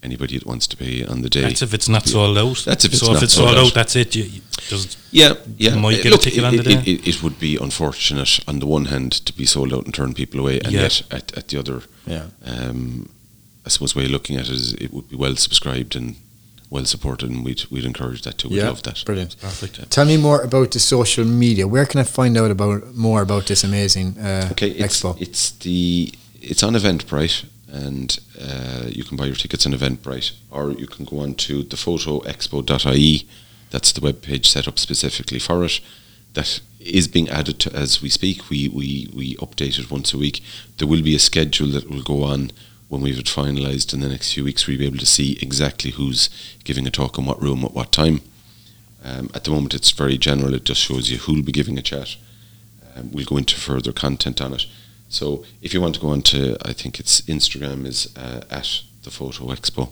Anybody that wants to pay on the day.
that's if it's not sold out.
That's if it's
so
not
if it's
sold
sold
out.
out, that's it. You, you just
Yeah, yeah.
You might
Uh,
get a ticket
it,
on the
it-
day.
It, it would be unfortunate on the one hand to be sold out and turn people away, and
Yeah.
yet at, at the other,
Yeah.
um, I suppose way of looking at it is it would be well subscribed and well supported, and we'd we'd encourage that too. We'd
yeah.
love that.
Brilliant.
perfect.
Tell me more about the social media. Where can I find out about more about this amazing uh,
Okay, it's,
expo?
it's the it's on Eventbrite, and uh, you can buy your tickets on Eventbrite, or you can go on to thephotoexpo.ie. E. That's the webpage set up specifically for it. That is being added to as we speak. We we we update it once a week. There will be a schedule that will go on when we've it finalised in the next few weeks. We'll be able to see exactly who's giving a talk in what room at what time. Um, at the moment, it's very general. It just shows you who'll be giving a chat. Um, we'll go into further content on it. So if you want to go on to, I think it's Instagram is uh, at the Photo Expo.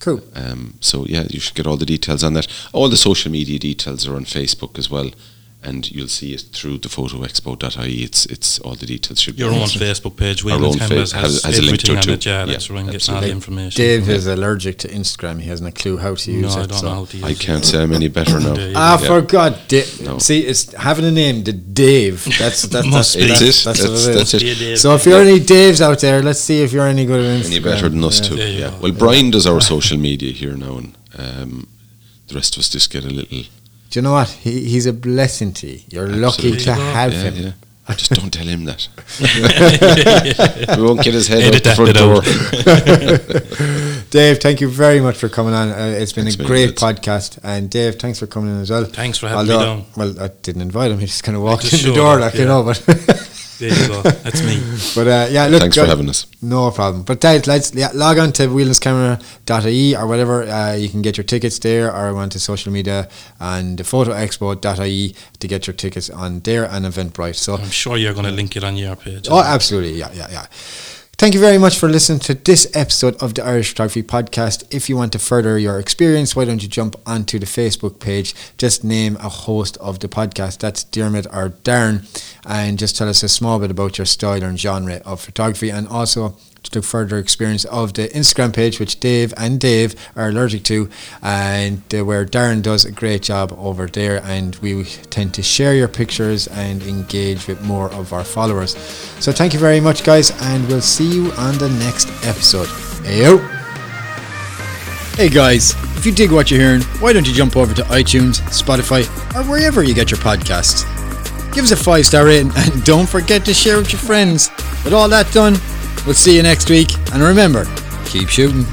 Cool.
Um, so yeah, you should get all the details on that. All the social media details are on Facebook as well, and you'll see it through the photoexpo.ie. E. It's it's all the details should
Your
be
own
on there.
Facebook page,
Our
Whelan's
own fa-
Canvas has,
has- has a link to
everything
it
on
too.
it. Yeah,
Yeah,
that's where I'm getting all
absolutely.
the information.
Dave is allergic to Instagram. He hasn't a clue how to
no,
use it.
I don't
so-
know how to use
I
it.
can't say I'm any better now.
Yeah, yeah.
Ah,
Yeah.
for God, Dave.
No.
See, it's having a name, the Dave.
[LAUGHS]
That's that's
Must
that's,
be.
that's,
It's it.
that's
That's-
what it is.
that's it.
Be a Dave.
So if you're any Daves out there, let's see if you're any good at Instagram.
Any better than us
Yeah.
too?
There you
Yeah.
go.
Well, Brian does our social media here now, and um, the rest of us just get a little.
Do you know what? He, he's a blessing to you. You're
Absolutely.
lucky to
There you go.
have
Yeah,
him.
yeah. Just don't tell
[LAUGHS]
him that. [LAUGHS] we won't get his head
Edit
out the front
that
door. [LAUGHS]
[LAUGHS]
bit
Dave, thank you very much for coming on. Uh, it's been
Thanks,
a
mate.
great
It's-
podcast, and Dave, thanks for coming in as well.
Thanks for having me
Although-
down.
Well, I didn't invite him; he just kind of walked
just
in the
showed
door,
up,
like you
yeah.
know. But, [LAUGHS]
There you go. That's me.
but uh, yeah, look,
Thanks for
guys,
having us.
No problem. But guys, let's yeah, log on to wheelanscamera.ie or whatever. Uh, you can get your tickets there, or go on to social media and photoexpo.ie E to get your tickets on there and Eventbrite. So
I'm sure you're going to link it on your page.
Oh, absolutely. Yeah, yeah, yeah. Thank you very much for listening to this episode of the Irish Photography Podcast. If you want to further your experience, why don't you jump onto the Facebook page? Just name a host of the podcast. That's Dermot or Darren. And just tell us a small bit about your style and genre of photography. And also the further experience of the Instagram page, which Dave and Dave are allergic to, and uh, where Darren does a great job over there. And we tend to share your pictures and engage with more of our followers. So thank you very much, guys, and we'll see you on the next episode. Ayo. Hey guys, if you dig what you're hearing, why don't you jump over to iTunes, Spotify, or wherever you get your podcasts? Give us a five star rating [LAUGHS] and don't forget to share with your friends. With all that done, we'll see you next week and remember, keep shooting.